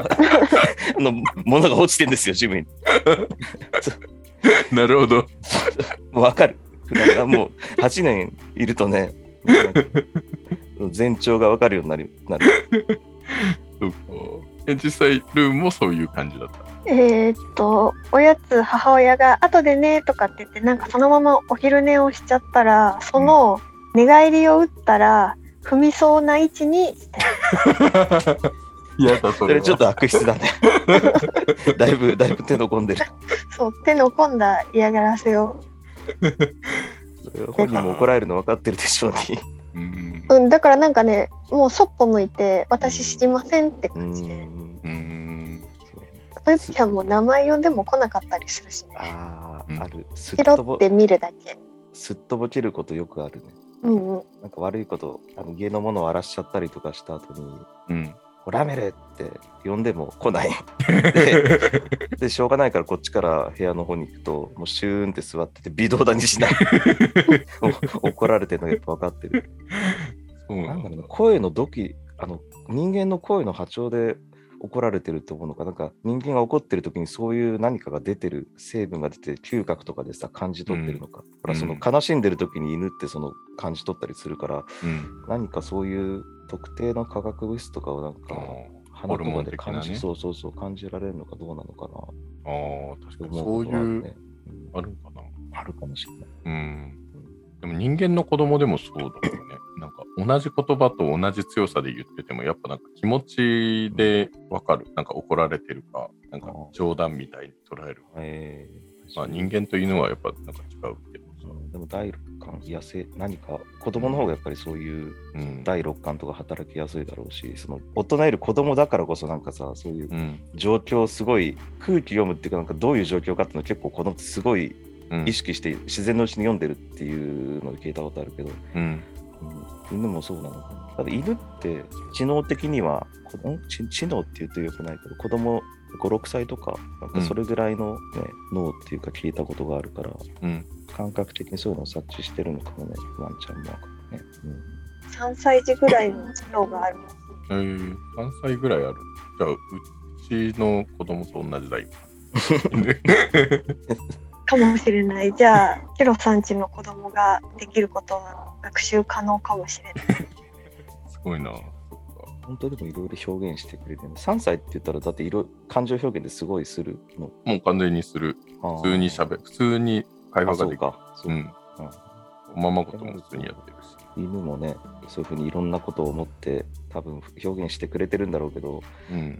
Speaker 2: の物が落ちてんですよ、地面に。
Speaker 1: なるほど。
Speaker 2: もうわかる。だからもう8年いるとね、なんか前兆がわかるようになる。なる
Speaker 1: そうかえ実際、ルーンもそういう感じだった。
Speaker 3: えーっとおやつ母親が「後でね」とかって言ってなんかそのままお昼寝をしちゃったらその寝返りを打ったら踏みそうな位置に
Speaker 1: いやだ、そ
Speaker 2: それちょっと悪質だね。だいぶ、だいぶ手の込んでる。
Speaker 3: そう手の込んだ嫌がらせを、
Speaker 2: 本人も怒られるの分かってるでしょうに。
Speaker 1: うん。
Speaker 3: うん、だからなんかねもうそっぽ向いて「私知りません」って
Speaker 2: う
Speaker 3: 感じで
Speaker 2: ん。
Speaker 1: うん。
Speaker 3: そういう時はもう名前呼んでも来なかったりするしね
Speaker 2: あ
Speaker 1: うん
Speaker 2: あ、ある。すっ
Speaker 3: 拾
Speaker 2: とぼ
Speaker 3: っ、て見るだけ
Speaker 2: すっとぼけることよくあるね。
Speaker 3: うんうん
Speaker 2: なんか悪いこと、あの家のものを荒らしちゃったりとかした後に、
Speaker 1: うん。
Speaker 2: ほらめるって呼んでも 来ないででしょうがないからこっちから部屋の方に行くともうシューンって座ってて微動だに しないお怒られてるのがやっぱ分かってる
Speaker 1: そうな
Speaker 2: なん
Speaker 1: んだ
Speaker 2: だろうね声の度胸あの人間の声の波長で怒られてると思うのかなんか人間が怒ってる時にそういう何かが出てる成分が出てる嗅覚とかでさ感じ取ってるのか、ほらその
Speaker 1: うん
Speaker 2: 悲しんでる時に犬ってその感じ取ったりするから
Speaker 1: うん。
Speaker 2: 何かそういう特定の化学物質とかをなん
Speaker 1: あ
Speaker 2: か、
Speaker 1: ー
Speaker 2: 鼻
Speaker 1: ホ
Speaker 2: と
Speaker 1: ルモ
Speaker 2: か
Speaker 1: ン
Speaker 2: で
Speaker 1: 的な
Speaker 2: 感じ、
Speaker 1: ね
Speaker 2: そうそうそう感じられるのかどうなのかなと
Speaker 1: あー、確かにそう
Speaker 2: 思
Speaker 1: う
Speaker 2: ことはある
Speaker 1: いう、
Speaker 2: ね
Speaker 1: あるんかな。
Speaker 2: うんあるかもしれない。
Speaker 1: うん。でも人間の子供でもそうだよね。なんか同じ言葉と同じ強さで言ってても、やっぱなんか気持ちでわかる。なんか怒られてるか、なんか冗談みたいに捉える。
Speaker 2: えー
Speaker 1: まあ人間と犬はやっぱなんか違うけどさ。
Speaker 2: でも第六感、野生、何か子供の方がやっぱりそういう
Speaker 1: うん。
Speaker 2: 第六感とか働きやすいだろうし、その大人より子供だからこそなんかさ、そういう
Speaker 1: うん。
Speaker 2: 状況をすごい空気読むっていうか、なんかどういう状況かっていうのを結構子供ってすごい
Speaker 1: うん
Speaker 2: 意識して自然のうちに読んでるっていうのを聞いたことあるけど、
Speaker 1: うん。
Speaker 2: うん犬もそうなのかな。ただ犬って知能的にはこん知知能って言うとよくないけど子供56歳とかなんかそれぐらいの、ね脳っていうか聞いたことがあるから
Speaker 1: うん。
Speaker 2: 感覚的にそういうのを察知してるのかもねワンちゃんも、ね
Speaker 3: 3歳児ぐらいの授業がある
Speaker 1: えー、3歳ぐらいある。じゃあ、うちの子供と同じ だ、今。
Speaker 3: かもしれないじゃあケロさんちの子供ができることは学習可能かもしれない
Speaker 1: すごいな。
Speaker 2: うん、本当でもいろいろ表現してくれてる3歳って言ったらだっていろ感情表現ですごいするの
Speaker 1: もう完全にする。
Speaker 2: あー
Speaker 1: 普通にしゃべ、普通に会話
Speaker 2: あ
Speaker 1: が
Speaker 2: そ
Speaker 1: で
Speaker 2: う
Speaker 1: きる。
Speaker 2: かそうう、
Speaker 1: ん。おままごとも普通にやってるし。
Speaker 2: 犬もね、そういうふうにいろんなことを思って、多分表現してくれてるんだろうけど、
Speaker 1: うん、
Speaker 2: 言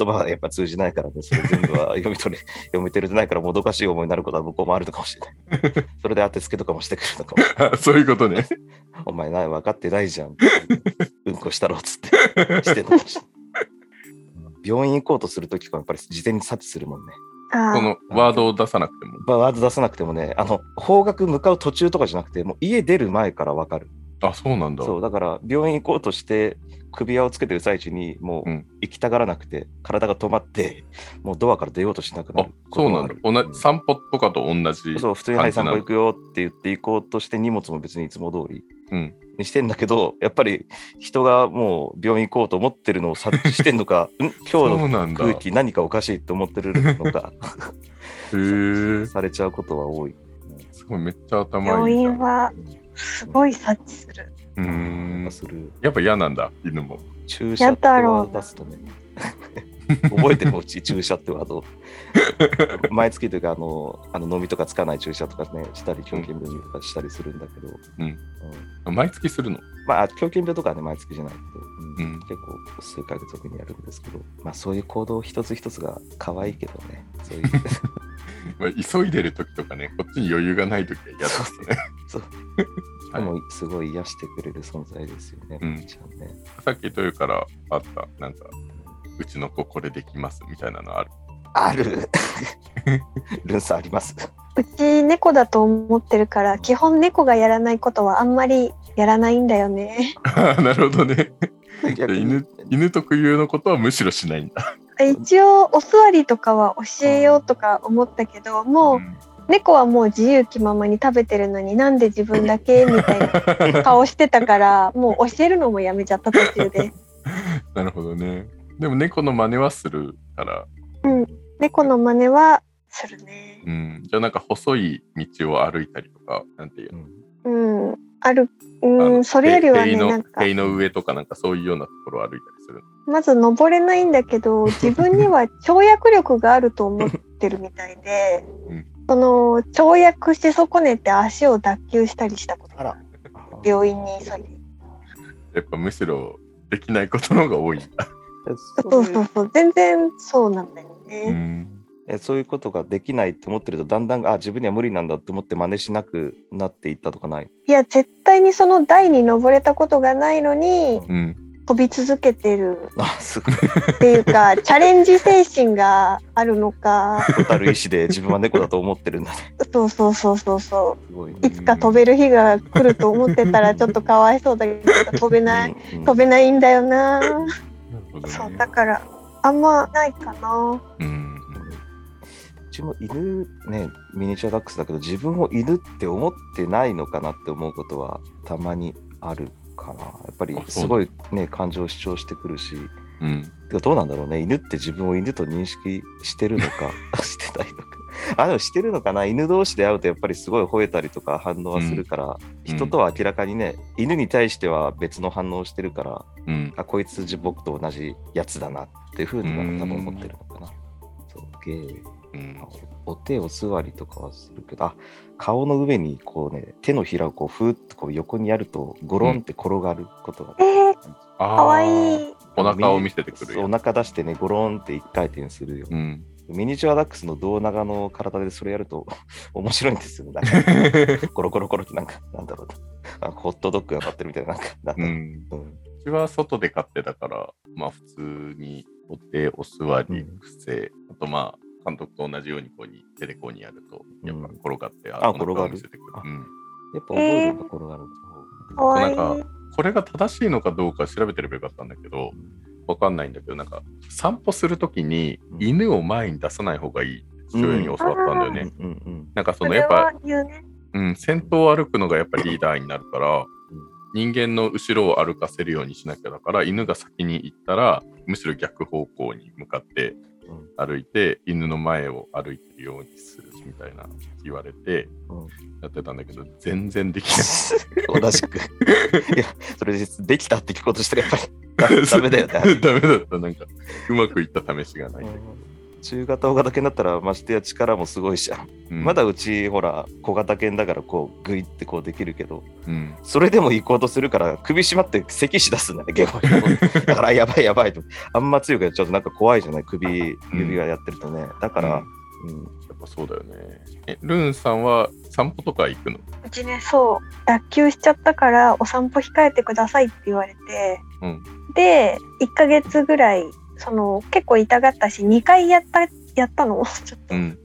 Speaker 2: 葉はやっぱ通じないからね、それ全部は読み取れ、 読み取れてないからもどかしい思いになることは向こうもあるのかもしれない。 それで当てつけとかもしてくるのかも。
Speaker 1: そういうことね。
Speaker 2: お前な、分かってない じゃん。うんこしたろっつって、してんのかもしれない。病院行こうとするときとかやっぱり事前に察知するもんね。
Speaker 3: あ
Speaker 1: そ
Speaker 3: ー
Speaker 1: のワードを出さなくても。
Speaker 2: まあワード出さなくてもね、あの、方角向かう途中とかじゃなくて、もう家出る前から分かる。
Speaker 1: あ、そうなんだ。
Speaker 2: そうだから病院行こうとして首輪をつけてる最中にもう
Speaker 1: うん
Speaker 2: 行きたがらなくて、体が止まってもうドアから出ようとしなくな
Speaker 1: あ
Speaker 2: る、
Speaker 1: そ
Speaker 2: こと
Speaker 1: う
Speaker 2: が
Speaker 1: な
Speaker 2: あ
Speaker 1: ん
Speaker 2: る
Speaker 1: だ。同じ散歩とかと同じ。
Speaker 2: そう普通に「は
Speaker 1: 感
Speaker 2: い散
Speaker 1: じな
Speaker 2: 歩
Speaker 1: の
Speaker 2: 行くよ」って言って行こうとして荷物も別にいつも通り
Speaker 1: うん
Speaker 2: にしてんだけど、やっぱり人がもう病院行こうと思ってるのを察知してんのか ん
Speaker 1: そ
Speaker 2: 今日
Speaker 1: う
Speaker 2: の
Speaker 1: なんだ。
Speaker 2: 空気何かおかしいって思ってるのか
Speaker 1: へー
Speaker 2: されちゃうことは多い。
Speaker 1: すごい、めっちゃ頭
Speaker 3: 病
Speaker 1: いいじゃ
Speaker 3: 院
Speaker 1: ん。
Speaker 3: はすごい察知する。
Speaker 1: うーん
Speaker 2: する
Speaker 1: やっぱ嫌なんだ、犬も。
Speaker 2: 注射ってワード出すとね、覚えてるもうち 注射ってワー ド。毎月というか、あの、あの飲みとかつかない注射とかね、したり、狂犬病とかしたりするんだけど、
Speaker 1: うん毎月するの。
Speaker 2: まあ、狂犬病とかはね、毎月じゃないけど、うん
Speaker 1: うん
Speaker 2: 結構数ヶ月おきにやるんですけど、まあ、そういう行動一つ一つが可愛いけどね、そ ういう、
Speaker 1: まあ急いでる時とかね、こっちに余裕がない時は嫌ですね。
Speaker 2: そう
Speaker 1: は
Speaker 2: で
Speaker 1: い
Speaker 2: もすごい癒してくれる存在ですよね、
Speaker 1: うん
Speaker 2: ワンちゃんね。
Speaker 1: さっきというからあった、なんか、うちの子これできますみたいなのある。
Speaker 2: あるルンさんあります。
Speaker 3: うち猫だと思ってるから基本猫がやらないことはあんまりやらないんだよね。
Speaker 1: なるほどね。じゃあ
Speaker 2: 逆に
Speaker 1: 犬犬特有のことはむしろしないんだ。
Speaker 3: 一応お座りとかは教えようとか思ったけどもう
Speaker 1: うん
Speaker 3: 猫はもう自由気ままに食べてるのになんで自分だけみたい な顔してたからもう教えるのもやめちゃった途 中で
Speaker 1: なるほどね。でも猫の真似はするから、
Speaker 3: 猫の真似はするね
Speaker 1: うん、じゃあなんか細い道を歩いたりとか、なんていう
Speaker 2: うん
Speaker 3: うんあるう
Speaker 1: あの
Speaker 3: んそれよりは
Speaker 1: 塀
Speaker 3: ね
Speaker 1: の
Speaker 3: なんか
Speaker 1: 塀の上とかなんかそういうようなところを歩いたりする。
Speaker 3: まず登れないんだけ ど自分には跳躍力があると思ってるみたいで
Speaker 1: うん
Speaker 3: その跳躍し損ねて足を脱臼したりしたこと
Speaker 2: あら。
Speaker 3: 病院に急いで
Speaker 1: やっぱむしろできないことの方が多いんだ。
Speaker 3: そうそうそう全然そうなんだよ
Speaker 1: う
Speaker 3: ね、
Speaker 1: ん、
Speaker 2: えそういうことができないって思ってるとだんだんあ自分には無理なんだって思って真似しなくなっていったとかない
Speaker 3: いや絶対にその台に登れたことがないのに
Speaker 1: うん、
Speaker 3: 飛び続けてる
Speaker 2: あすごい
Speaker 3: ってい うかチャレンジ精神があるのか
Speaker 2: 蛍る意志で自分は猫だと思ってるんだね
Speaker 3: そうそうそうそうそ
Speaker 2: すごい、ね
Speaker 3: ういつか飛べる日が来ると思ってたらちょっとかわいそうだけど飛べない
Speaker 2: うんうん
Speaker 3: 飛べないんだよな
Speaker 1: なるほどね
Speaker 3: そうだからあんまないかな
Speaker 1: うん
Speaker 2: うちも犬ねミニチュアダックスだけど自分を犬って思ってないのかなって思うことはたまにあるかなやっぱり
Speaker 1: あそう
Speaker 2: すごいね感情を主張してくるし
Speaker 1: うん、
Speaker 2: てかどうなんだろうね犬って自分を犬と認識してるの かしてないのかあでもしてるのかな犬同士で会うとやっぱりすごい吠えたりとか反応はするから、
Speaker 1: うん
Speaker 2: 人とは明らかにね犬に対しては別の反応をしてるから
Speaker 1: うん、
Speaker 2: あこいつ僕と同じやつだなっていうふうには
Speaker 1: うん
Speaker 2: 多分思ってるのかな。そうゲー
Speaker 1: うん、
Speaker 2: お手お座りとかはするけどあ顔の上にこうね手のひらをこうふーっとこう横にやるとゴロンって転がることが、
Speaker 3: えー、か
Speaker 1: か
Speaker 3: わいい
Speaker 1: お腹を見せてくる
Speaker 2: そう
Speaker 1: や
Speaker 2: お腹出してねゴロンって一回転するよ、
Speaker 1: つ。うん、
Speaker 2: ミニチュアダックスの胴長の体でそれやると 面白いんですよ。なんか コロコロコロってなんかなんだろうななんかホットドッグが買ってるみたいななんかなん
Speaker 1: う
Speaker 2: だろう、
Speaker 1: ん、
Speaker 2: うん
Speaker 1: うちは外で飼ってたから、まあ普通にお手、お座り、
Speaker 2: うん
Speaker 1: 癖、あとまあ監督と同じようにこうに手でこうにやると、やっぱ転がって、
Speaker 2: あ
Speaker 1: お腹を
Speaker 2: 転がる
Speaker 1: 見せてくる。
Speaker 2: あ
Speaker 1: うん
Speaker 2: やっぱ覚えるんだ転がる
Speaker 3: かわいい
Speaker 1: なんかこれが正しいのかどうか調べてればよかったんだけど、わかんないんだけど、なんか散歩するときに
Speaker 2: うん
Speaker 1: 犬を前に出さない方がいいって父親に教わったんだよね。
Speaker 2: と。うん うん
Speaker 1: なんかそ
Speaker 3: そ
Speaker 1: のや
Speaker 3: れ
Speaker 1: っぱ
Speaker 3: は、言うね
Speaker 1: うん、先頭を歩くのがやっぱリーダーになるから、人間の後ろを歩かせるようにしなきゃだから、犬が先に行ったら、むしろ逆方向に向かって
Speaker 2: うん
Speaker 1: 歩いて、犬の前を歩いてるようにするみたいな言われて
Speaker 2: うん
Speaker 1: やってたんだけど、全然できない。
Speaker 2: うん、同じく。いや、それ実できたって 聞こうとしたらやっぱりダダメだよね。
Speaker 1: ダメだった。なんか、うまくいった試しがない。
Speaker 2: 中型、大型犬だったら、ましてや力もすごいじゃん。
Speaker 1: うん
Speaker 2: まだうち、ほら、小型犬だから、こう、グイってこうできるけど、
Speaker 1: うん
Speaker 2: それでも行こうとするから、首縛って咳しだすんだね、ゲボゲ ボだから、あやばいやばいと。あんま強くやっちゃうと、なんか怖いじゃない、首、指がやってるとね。だから、うん、
Speaker 1: やっぱそうだよねえルーンさんは散歩とか行くの
Speaker 3: うちねそう脱臼しちゃったからお散歩控えてくださいって言われて、
Speaker 1: うん
Speaker 3: で1ヶ月ぐらいその結構痛がったし2回やったやったの ちょっと、
Speaker 1: ん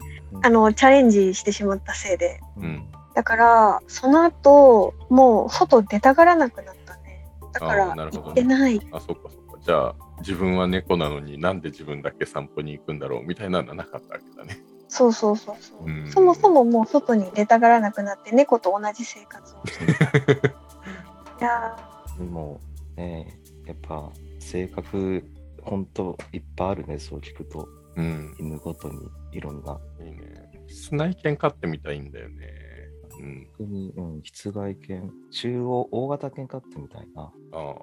Speaker 3: あのチャレンジしてしまったせいで
Speaker 1: うん
Speaker 3: だからその後もう外出たがらなくなったねだか
Speaker 1: あー
Speaker 3: ら
Speaker 1: なるほどね
Speaker 3: 行ってない
Speaker 1: あそっかそっかじゃあ自分は猫なのになんで自分だけ散歩に行くんだろうみたいなのはなかったわけだね、
Speaker 3: そうそうそうそう
Speaker 1: う、ん、
Speaker 3: そもそももう外に出たがらなくなって猫と同じ生 活をしてるいや
Speaker 2: でもねやっぱ性格ほんといっぱいあるねそう聞くと
Speaker 1: うん
Speaker 2: 犬ごとにいろんない
Speaker 1: いね室内犬飼ってみたいんだよねうん
Speaker 2: 特に、うん、室外犬中央大型犬飼ってみたいな、
Speaker 1: ああ
Speaker 2: うん、
Speaker 3: ー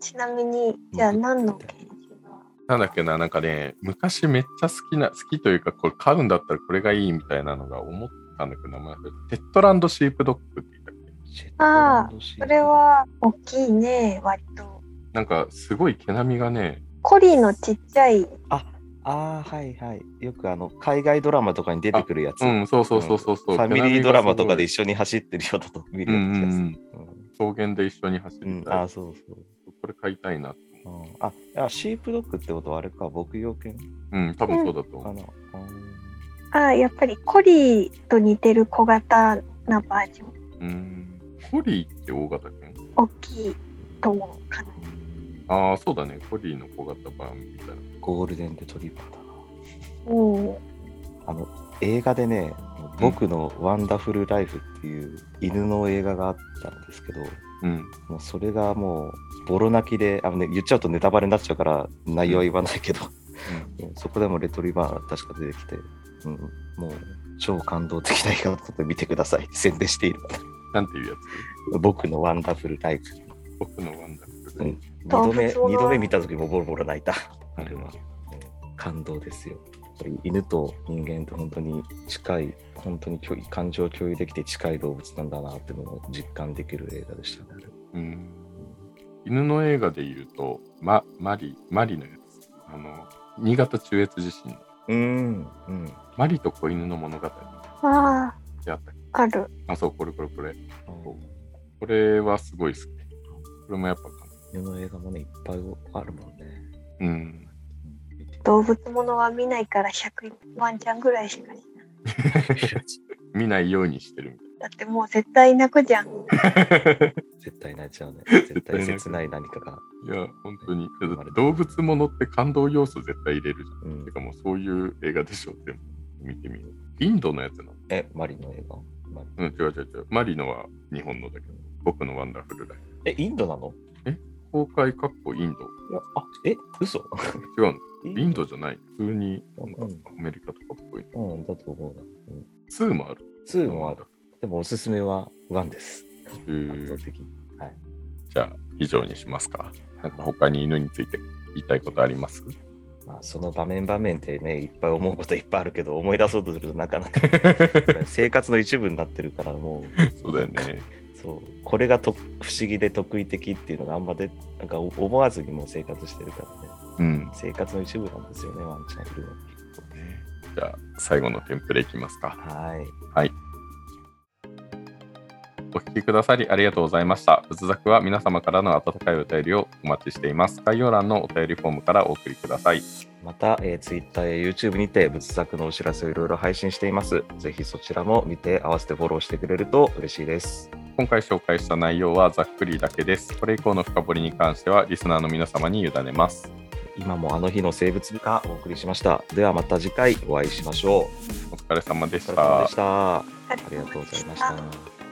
Speaker 3: ちなみにじゃあ何の犬種が
Speaker 1: なんだっけな、なんかね、昔めっちゃ好きな、好きというか、これ買うんだったらこれがいいみたいなのが思ったんだけど、名前忘れたテッドランドシープドッグって言ったっけ
Speaker 2: シェットラ
Speaker 3: あ
Speaker 2: ンドシー
Speaker 3: それは大きいね割と
Speaker 1: なんかすごい毛並みがね、
Speaker 3: コリーのちっちゃい
Speaker 2: ああはいはいよくあの海外ドラマとかに出てくるやつ、
Speaker 1: うん、そうそうそうそうそう、
Speaker 2: ファミリードラマとかで
Speaker 1: 緒
Speaker 2: 一緒に走ってるようだと見
Speaker 1: う
Speaker 2: る
Speaker 1: ん
Speaker 2: や
Speaker 1: うん
Speaker 2: つ
Speaker 1: う
Speaker 2: や
Speaker 1: ん、草原で一緒に走
Speaker 2: う
Speaker 1: り
Speaker 2: ん、うん、あ
Speaker 1: たい
Speaker 2: あ。そうそう、
Speaker 1: これ買いたいな。
Speaker 2: うん、ああシープドッグってことはあれか牧羊犬
Speaker 1: うん、多分そうだと
Speaker 2: か
Speaker 1: 思う。
Speaker 2: な、うん
Speaker 3: あやっぱりコリーと似てる小型なバージョン
Speaker 1: うん、コリーって大型犬
Speaker 3: 大きいと思うかな
Speaker 1: ああ、そうだね、コリーの小型版みたいな。
Speaker 2: ゴールデンレトリバーだな
Speaker 3: うん
Speaker 2: あの映画でね「僕のワンダフル・ライフ」っていう犬の映画があったんですけど
Speaker 1: うん、
Speaker 2: もうそれがもうボロ泣きであの、ね、言っちゃうとネタバレになっちゃうから内容は言わないけど、うんそこでもレトリバー確か出てきて、うん、もう超感動的な映画だったので見てください宣伝している
Speaker 1: なんていうやつ
Speaker 2: 僕のワンダフル・ライフ
Speaker 1: 僕のワンダフ
Speaker 2: う
Speaker 1: ル
Speaker 2: ん。2度目
Speaker 3: 動物もな
Speaker 2: 二度目見た時もボロボロ泣いたあれは感動ですよ。やっぱり犬と人間って本当に近い、本当に共有感情を共有できて近い動物なんだなっていうのを実感できる映画でしたね。あれ
Speaker 1: うん犬の映画で言うと、ま、マリマリのやつあの新潟中越地震の
Speaker 2: うん、うん。
Speaker 1: マリと子犬の物語ってあ
Speaker 3: あ
Speaker 1: ったっけ
Speaker 3: ーある
Speaker 1: あそうこれこれこれこれはすごい好きこれもやっぱか
Speaker 2: 犬の映画もね、いっぱいあるもんね。
Speaker 1: なうん
Speaker 3: 動物ものは見ないから100ワンちゃんぐらいしかしない
Speaker 1: 見ないようにしてる
Speaker 3: だってもう絶対泣くじゃん
Speaker 1: みたい
Speaker 2: 絶対泣いちゃうね。絶
Speaker 1: 対
Speaker 2: 対
Speaker 1: 泣く
Speaker 2: 切ない何かが。
Speaker 1: いや本当にだって動物ものって感動要素絶対入れるじゃ
Speaker 2: うんん
Speaker 1: て、かもうそういう映画でしょって見てみようインドのやつなの
Speaker 2: え、マリの映画マ
Speaker 1: う
Speaker 2: リ
Speaker 1: ん違う違う違うマリのは日本のだけど僕のワンダフルライフ
Speaker 2: え、インドなの
Speaker 1: 公開かっこインド
Speaker 2: いやあ、え、
Speaker 1: 違
Speaker 2: 嘘
Speaker 1: うのインドじゃない普通に
Speaker 2: うん
Speaker 1: アメリカとかっぽい
Speaker 2: うん、だと思うな。うん、
Speaker 1: 2もある
Speaker 2: 2もある。でもおすすめは1です。
Speaker 1: う
Speaker 2: 圧
Speaker 1: ん
Speaker 2: 倒的に。
Speaker 1: じゃあ以上にしますかなんか他に犬について言いたいことあります
Speaker 2: まあ、その場面場面ってね、いっぱい思うこといっぱいあるけど、思い出そうとするとなか なか生活の一部になってるから、も
Speaker 1: そうだよね
Speaker 2: う、そう、これがと不思議で得意的っていうのがあんまで、なんかお思わずにもう生活してるからね、
Speaker 1: うん
Speaker 2: 生活の一部なんですよね、ワンちゃんいるの。
Speaker 1: じゃあ最後のテンプレいきますか
Speaker 2: はい。
Speaker 1: お聞きくださりありがとうございました。仏作は皆様からの温かいお便りをお待ちしています。概要欄のお便りフォームからお送りください。
Speaker 2: また、えー、Twitter や YouTube にて仏作のお知らせをいろいろ配信しています。ぜひそちらも見て合わせてフォローしてくれると嬉しいです。
Speaker 1: 今回紹介した内容はざっくりだけです。これ以降の深掘りに関してはリスナーの皆様に委ねます。
Speaker 2: 今もあの日の生物部がお送りしました。ではまた次回お会いしましょう。
Speaker 1: お疲れ様で
Speaker 2: お
Speaker 1: し
Speaker 2: 疲れ様
Speaker 1: た
Speaker 2: でし。た。
Speaker 3: あり
Speaker 2: ありがとうございました。